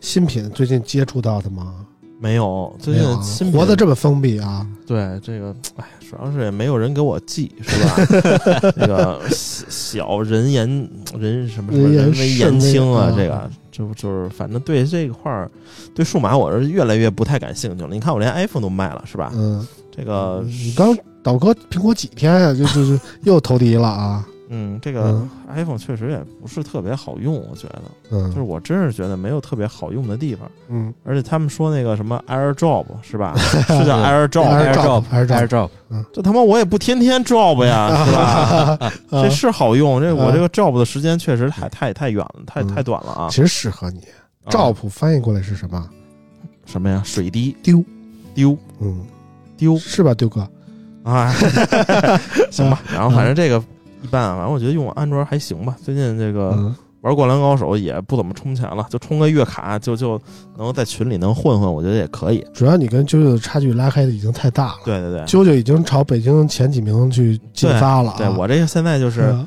新品最近接触到的吗？没有，最没有近啊新活的得这么封闭啊，对这个，哎，主要是也没有人给我寄，是吧？ 这个小小人言人什么什么人言人微慎言微轻啊啊，这个就就是反正对这一块儿，对数码我是越来越不太感兴趣了。你看我连 iPhone 都卖了，是吧？嗯，这个你刚倒戈苹果几天啊，就就是又投敌了啊，嗯，这个嗯 iPhone 确实也不是特别好用，我觉得，就是嗯我真是觉得没有特别好用的地方。嗯，而且他们说那个 什么 AirDrop 是吧？是叫还 AirDrop，是 AirDrop 还是照但是这这他妈我也不天天 drop 呀，是吧？这啊是好用，这啊我这个 drop 的时间确实太太太远了，太嗯太短了啊其。实适合你。啊照谱翻译过来是什么？什么呀？水滴丢，丢嗯，丢是吧，丢哥？ 啊， 行吧。嗯然后反正这个一般啊，反正我觉得用安卓还行吧。最近这个嗯，玩灌篮高手也不怎么充钱了，就充个月卡就就能在群里能混混，我觉得也可以。主要你跟啾啾的差距拉开的已经太大了，对对对，啾啾已经朝北京前几名去进发了啊。对我这个现在就是。嗯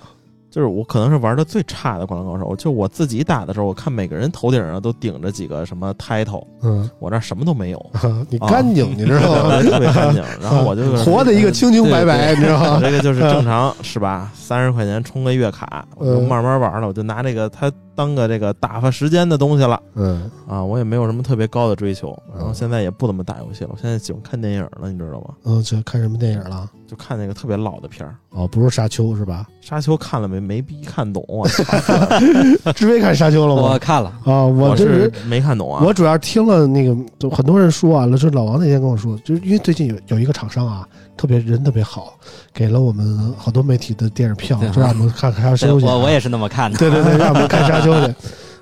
就是我可能是玩的最差的《灌篮高手》，就我自己打的时候，我看每个人头顶上都顶着几个什么 title，嗯，我这儿什么都没有，啊你干净，你知道吗？ 特别干净。 然后我就活的一个清清白白，你知道吗？我这个就是正常是吧？三十块钱充个月卡，嗯我就慢慢玩了，我就拿这个它当个这个打发时间的东西了嗯，啊。我也没有什么特别高的追求，然后嗯现在也不怎么打游戏了，我现在喜欢看电影了，你知道吗？嗯，这看什么电影了？就看那个特别老的片儿，哦，不是沙丘是吧？ 《沙丘》看了没没逼看懂，啊 我操志飞看沙丘了我吗？看了，啊，我我这是没看懂啊我。主要听了那个，就很多人说啊，就是老王那天跟我说，就是因为最近有有一个厂商啊，特别人特别好，给了我们好多媒体的电影票对，就让我们看看沙对丘去。我我也是那么看 的。对对对，让我们看沙丘去，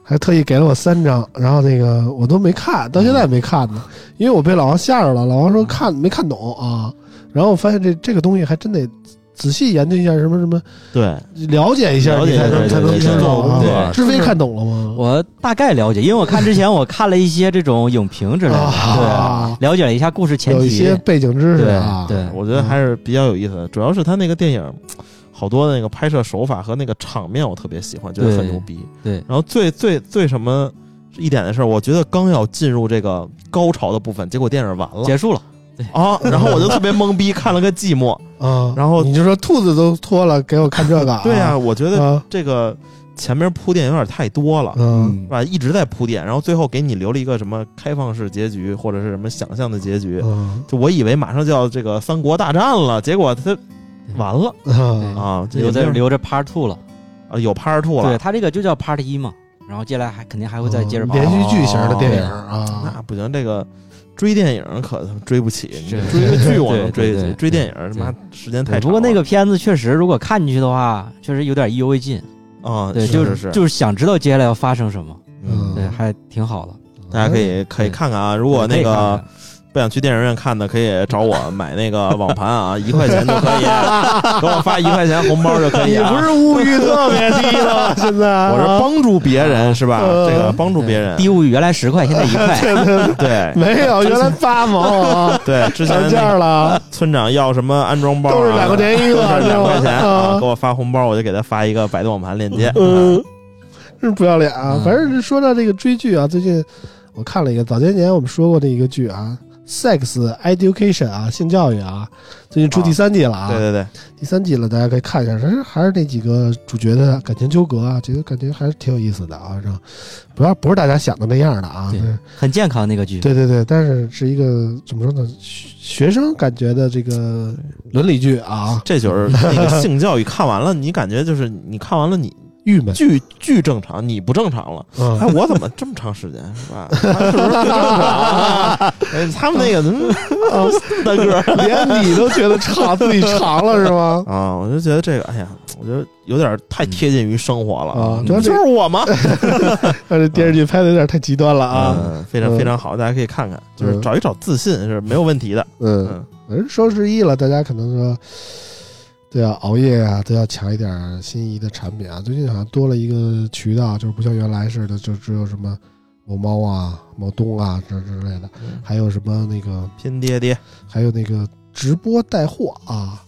还特意给了我三张，然后那个我都没看，到现在也没看呢，因为我被老王吓着了。老王说看没看懂啊，然后我发现这这个东西还真得仔细研究一下什么什么，对，了解一下，了你解一下才能对才能对听对懂对啊。对志飞看懂了吗？我大概了解，因为我看之前我看了一些这种影评之类的，啊对，了解了一下故事前有一些提，背景知识对啊，对，我觉得还是比较有意思的。主要是他那个电影，好多的那个拍摄手法和那个场面，我特别喜欢，觉得很对牛逼。对然后最最最什么一点的事儿，我觉得刚要进入这个高潮的部分，结果电影完了 结束了。啊，然后我就特别懵逼，看了个寂寞。啊。然后你就说兔子都脱了，给我看这个啊， 对啊，我觉得啊，这个前面铺垫有点太多了。嗯，是吧？一直在铺垫，然后最后给你留了一个什么开放式结局，或者是什么想象的结局。嗯就我以为马上就要这个三国大战了，结果他完了啊啊！这留也没着有留着 Part Two 了，啊，有 Part Two 对了，他这个就叫 Part 一嘛，然后接下来还肯定还会再接着嗯跑。连续剧型哦的电影那啊，不行，这个追电影可追不起，你是追个 剧我对能对追得起，对追电影他妈时间太对长了。不过那个片子确实，如果看进去的话，确实有点意犹未尽。啊，对，是就是是，就是想知道接下来要发生什么，嗯对，还挺好的。大家可以可以看看啊。如如果那个不想去电影院看的，可以找我买那个网盘啊，一块钱就可以，给我发一块钱红包就可以你啊。不是物欲特别低了，现在啊 我是帮助别人是吧？呃这个帮助别人，低物语原来十块，现在一块，对对对对没有，原来八毛 啊，对，之前 涨那个价 了，村长要什么安装包啊，都是两块钱一个，都是知道两块钱啊，给吗？啊，我发红包，我就给他发一个百度网盘链接。嗯，真不要脸啊！嗯反正是说到这个追剧啊，最近我看了一个，早些年我们说过的一个剧啊。Sex Education 啊，性教育啊，最近出第三季了啊，对对对，第三季了，大家可以看一下。但是还是那几个主角的感情纠葛啊，觉得感觉还是挺有意思的啊。然后不要不是大家想的那样的啊，对但是很健康那个剧。对对对，但是是一个怎么说呢，学学生感觉的这个伦理剧啊，这 就是那个性教育。看完了，你感觉就是你看完了，你郁闷。巨巨正常，你不正常了。 哎，嗯，我怎么这么长时间是 吧？他们是不是不正常啊？哎他们那个嗯怎么 哦大个儿连你都觉得长，自己长了是吗？啊？我就觉得这个，哎呀，我觉得有点太贴近于生活了啊你主要不这就是我吗？但是电视剧拍的有点太极端了啊。嗯，非常嗯非常好，大家可以看看，就是嗯找一找自信是没有问题的。嗯，嗯，反正双十一了，大家可能说都要熬夜啊，都要抢一点心仪的产品啊。最近好像多了一个渠道，就是不像原来似的，就只有什么某猫啊、某东啊这之类的，嗯还有什么那个拼爹爹，还有那个直播带货啊，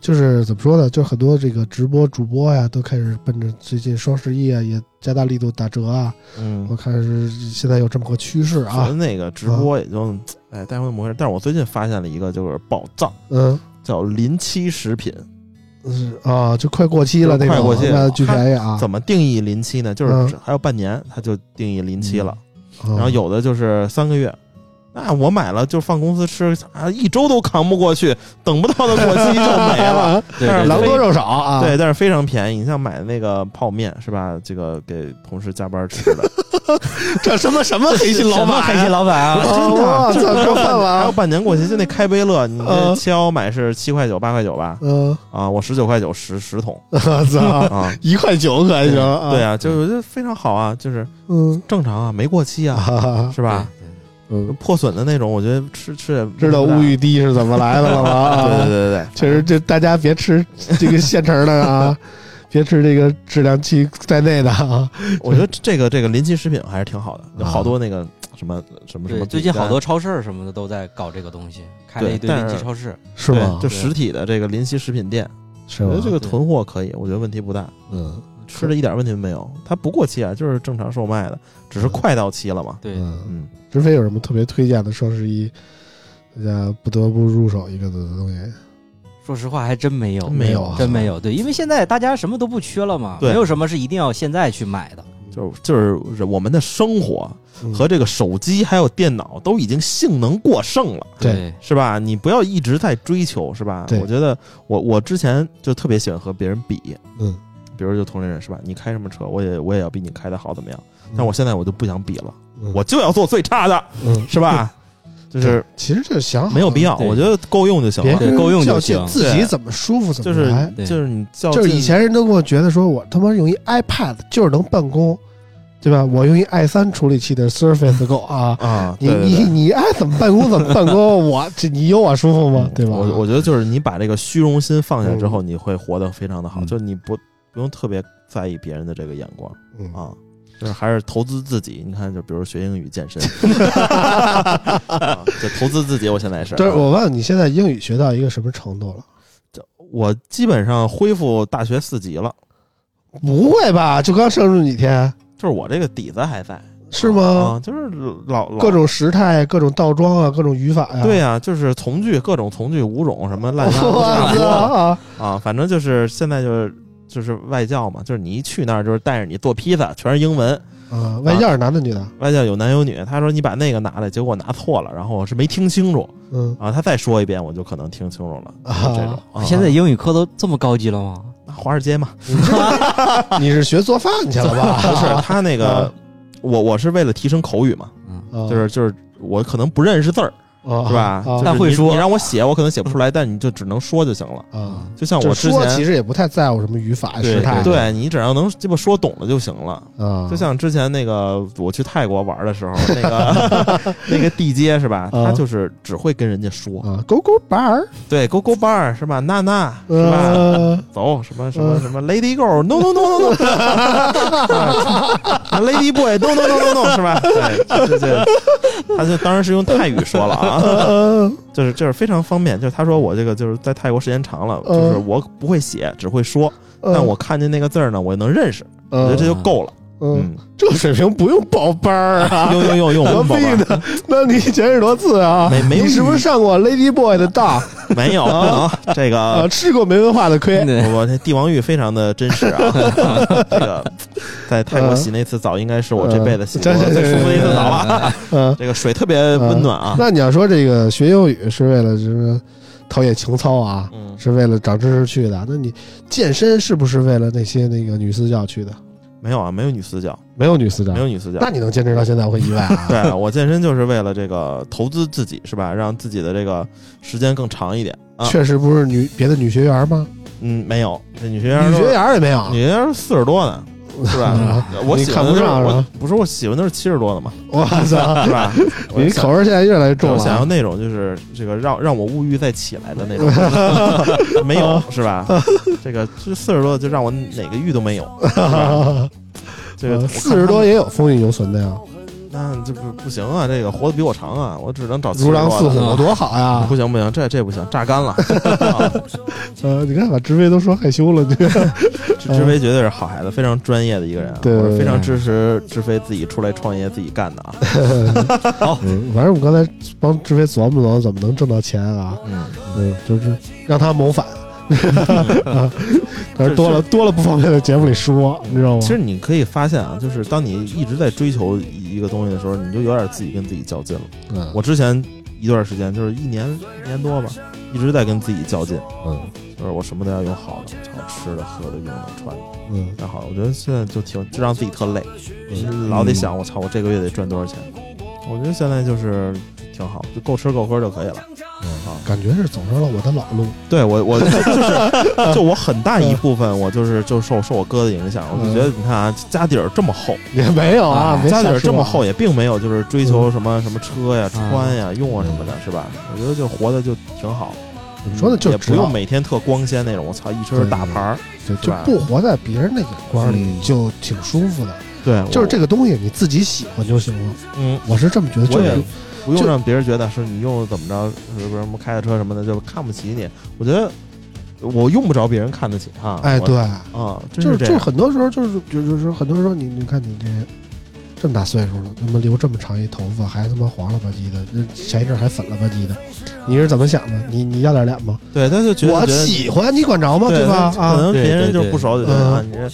就是怎么说呢？就是很多这个直播主播呀，都开始奔着最近双十一啊，也加大力度打折啊。嗯我看是现在有这么个趋势咱啊。们那个直播也就哎，待会儿怎么回事？但是我最近发现了一个就是宝藏，嗯，叫临期食品。是啊，就快过期了那快种过，期了那巨便宜啊。怎么定义临期呢？就是嗯只还有半年，它就定义临期了。然然后有的就是三个月。那我买了就放公司吃啊，一周都扛不过去，等不到它过期就没 了。对对但狼是狼多多肉少啊。对，但是非常便宜。你像买那个泡面是吧？这个给同事加班吃的，这什么什么黑心什么黑心老板啊？真的我操，就是过分了还有啊。半年过期，就那开杯乐，你嗯这七幺买是七块九、八块九吧？嗯， 啊，我十九块九十十桶我操，啊，一块九可还行啊？对，啊，就是我觉得非常好啊，就是嗯正常啊，没过期啊，啊， 是吧？ 嗯，破损的那种，我觉得吃吃也知道不大物欲低是怎么来的了吗？啊对对对对 确实，这大家别吃这个现成的啊，别吃这个质量期在内的啊。对，我觉得这个这个临期食品还是挺好的，有啊好多那个什么什么什对，么饼干，最近好多超市什么的都在搞这个东西，开了一堆对但临是期超市。是对吗就？实体的这个临期食品店，是我觉得吗这？个对囤货可以，我觉得问题不大，嗯吃的一点问题都没有，它不过期啊，就是正常售卖的，只是快到期了嘛。对，嗯，嗯，直飞有什么特别推荐的双十一大家不得不入手一个的东西？说实话还真没有，没有啊真没有。对，因为现在大家什么都不缺了嘛，对没有什么是一定要现在去买的。就是就是我们的生活嗯和这个手机还有电脑都已经性能过剩了。对对，是吧？你不要一直在追求，是吧？对我觉得我我之前就特别喜欢和别人比，嗯，比如就同龄人是吧？你开什么车，我也我也要比你开的好，怎么样？嗯但我现在我就不想比了，嗯我就要做最差的，嗯，是吧？就是其实就想好没有必要，对我觉得够用就行别了。对跟够用较就劲行自己怎么舒服怎就么是来。对就是你较就是以劲前人都跟我觉得说我他妈用一 iPad 就是能办公，对吧？我用一 i 三处理器的 Surface Go 啊，啊，你对对对你你爱怎么办公怎么办公，我这你有我舒服吗？对吧？嗯嗯我我觉得就是你把这个虚荣心放下之后，你会活得非常的好，嗯就你不不用特别在意别人的这个眼光嗯啊，就是还是投资自己。你看，就比如学英语、健 身，啊就投资自己。我现在是，啊就是我问你，现在英语学到一个什么程度了？我基本上恢复大学四级了，不会吧？就刚上任几天就是我这个底子还在，是吗？啊，就是老老嗯各种时态、各种倒装啊，各种语法呀、对呀、就是从句各种从句五种什么我乱七八糟差不多了操！啊，反正就是现在就是就是外教嘛，就是你一去那儿就是带着你做披萨，全是英文。啊，外教是男的女的？外教有男有女，他说你把那个拿来，结果我拿错了，然后我是没听清楚嗯啊，他再说一遍我就可能听清楚了。就这种啊，，啊现在英语课都这么高级了吗？啊华尔街嘛， 你是学做饭去了吧？ 不是他那个，我我是为了提升口语嘛，嗯，啊就是就是我可能不认识字儿，啊是吧？啊就是但会你说你让我写，我可能写不出来，但你就只能说就行了。啊，就像就我是之说其前。实也不太在乎什么语法、时态，对你只要能鸡巴说懂了就行了，啊，就像之前那个我去泰国玩的时候，那个那个地接是吧？啊他就是只会跟人家说，啊，狗狗板儿对，go go bar 是吧？娜娜是吧？ 呃走什么什么嗯什么 lady go，no no no no no，lady boy，no no no no no 啊是吧？对，这这， 他就当然是用泰语说了啊，呃就是就是非常方便。就是他说我这个就是在泰国时间长了，嗯就是我不会写，只会说，呃，但我看见那个字儿呢，我能认识，我觉得呃这就够了。嗯，嗯，这水平不用报班儿 啊。用用用用，何我们宝贝必儿呢？那你前世多次啊？没没有啊你是不是上过 Lady Boy 的 当没有，不能这啊？个。吃过没文化的亏？嗯对，我我这帝王玉非常的真实 啊，这个在泰国洗那次澡应该是我这辈子洗过嗯最舒服的一次澡啊了。嗯，这个水特别温暖啊。那你要说这个学英语是为了什么陶冶情操啊？嗯，是为了长知识去的？那你健身是不是为了那些那个女私教去的？没有啊，没有女私教，没有女私教没，有女私教那。你能坚持到现在，我会意外啊！对我健身就是为了这个投资自己是吧？让自己的这个时间更长一点啊。确实不是女别的女学员吗？嗯，没有，这女学员女都学员也没有，女学员四十多呢，是 吧啊？我你喜欢看不的是上是我吧？不是我喜欢的是七十多的嘛，我操是！吧？我你想口味现在越来越重我了想要啊。那种就是这个让让我物欲再起来的那种， 没有是吧？这个这四十多就让我哪个欲都没有，是吧？这 个我看他嗯四十多也有风雨犹存的呀，那这不不行啊，这个活得比我长啊，我只能找如狼似70多虎，啊多好的呀不！行不行，这这不行，榨 干了。啊呃，你看把职位都说害羞了， 这个志志飞绝对是好孩子，非常专业的一个人啊，对对我是非常对支持志飞自己出来创业自己干的啊。嗯反正我们刚才帮志飞琢磨琢磨怎么能挣到钱啊，嗯，嗯嗯，就是让他谋反，啊 但是多了多了不方便在节目里说，你知道吗？其实你可以发现啊，就是当你一直在追求一个东西的时候，你就有点自己跟自己较劲了。嗯我之前一段时间就是一年一年多吧，一直在跟自己较劲，嗯就是我什么都要用好的，好吃的、喝的、用的、穿的。嗯然后我觉得现在就挺，就让自己特累，老得想我操，我这个月得赚多少钱。我觉得现在就是挺好，就够吃够喝就可以了。感觉是走上了我的老路，对我，我 就是就我很大一部分，我就是就受受我哥的影响，我就觉得你看啊，家底儿这么厚，也没有啊，别家底瞎儿说这啊么厚，也并没有就是追求什么什么车呀、穿呀、用啊什么的，是吧？我觉得就活的就挺好。你说的就也只不要用每天特光鲜那种，我操，一身是大牌儿。对，是就吧不活在别人的眼光里，嗯就挺舒服的。对，我就是这，个东西你自己喜欢就行了，嗯，我是这么觉得。就我也是不用就让别人觉得是你用的怎么着，是不是什么开的车什么的就看不起你。我觉得我用不着别人看得起哈。哎，我对，啊，真就是是这就是样。很多时候就是就是说很多时候你你看你这这么大岁数了，他妈留这么长一头发，还他妈黄了吧唧的，那前一阵还粉了吧唧的，你是怎么想的？你你要点脸吗？对，他就觉得我觉得喜欢你管着吗？对吧？可啊，能对别人对就是对不熟就觉得嗯啊，你这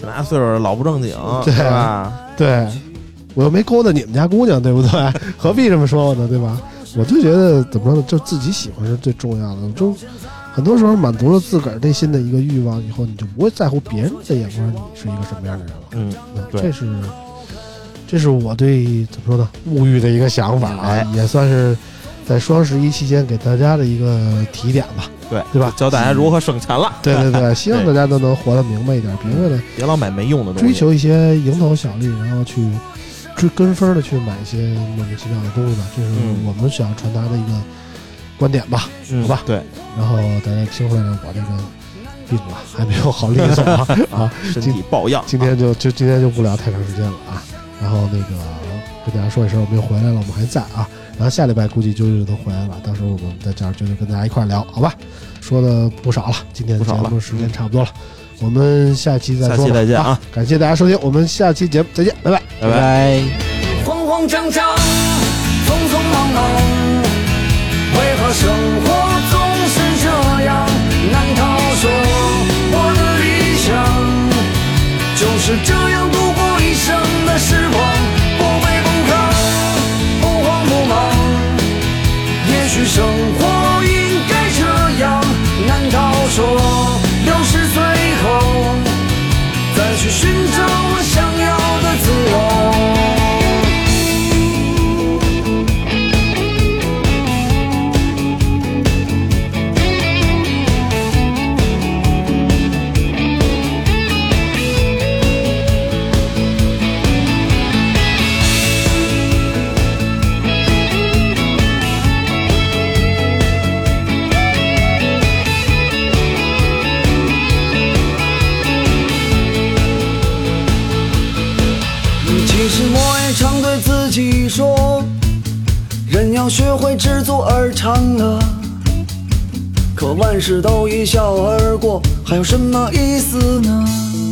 挺大岁数了，老不正经，对是吧？对，我又没勾搭你们家姑娘，对不对？ 何必这么说我呢？对吧？我就觉得怎么说呢，就自己喜欢是最重要的。就很多时候满足了自个儿内心的一个欲望以后，你就不会在乎别人的眼光，你是一个什么样的人了。嗯，嗯对这是这是我对怎么说呢物欲的哎一个想法啊，也算是在双十一期间给大家的一个提点吧。对对吧？嗯教大家如何省钱了，对对 对，希望大家都能活得明白一点，别为了别老买没用的东追西。求一些蝇头小利，然后去追跟风的去买一些莫名其妙的东西吧，这是嗯我们想要传达的一个观点吧。嗯好吧 对，然后大家听出来了，我这个病吧还没有好利索啊 啊！身体抱恙。今天就就今天就不聊太长时间了啊。然后那个跟大家说一声，我们又回来了，我们还在啊。然后下礼拜估计啾啾都回来了，到时候我们在这儿啾啾跟大家一块儿聊，好吧？说的不少了，今天不节少了嗯目时间差不多了，我们下期再下说期吧再见啊！啊，感谢大家收听，我们下期节目再见，拜拜。拜拜。拜慌慌张张，匆匆忙忙，为何生活总是这样？难道说我的理想就是这样度过一生的时光？不卑不亢，不慌不忙。也许生活应该这样？难道说六十岁后再去寻找我想要的自由？其实我也常对自己说，人要学会知足而常啊乐。可万事都一笑而过，还有什么意思呢？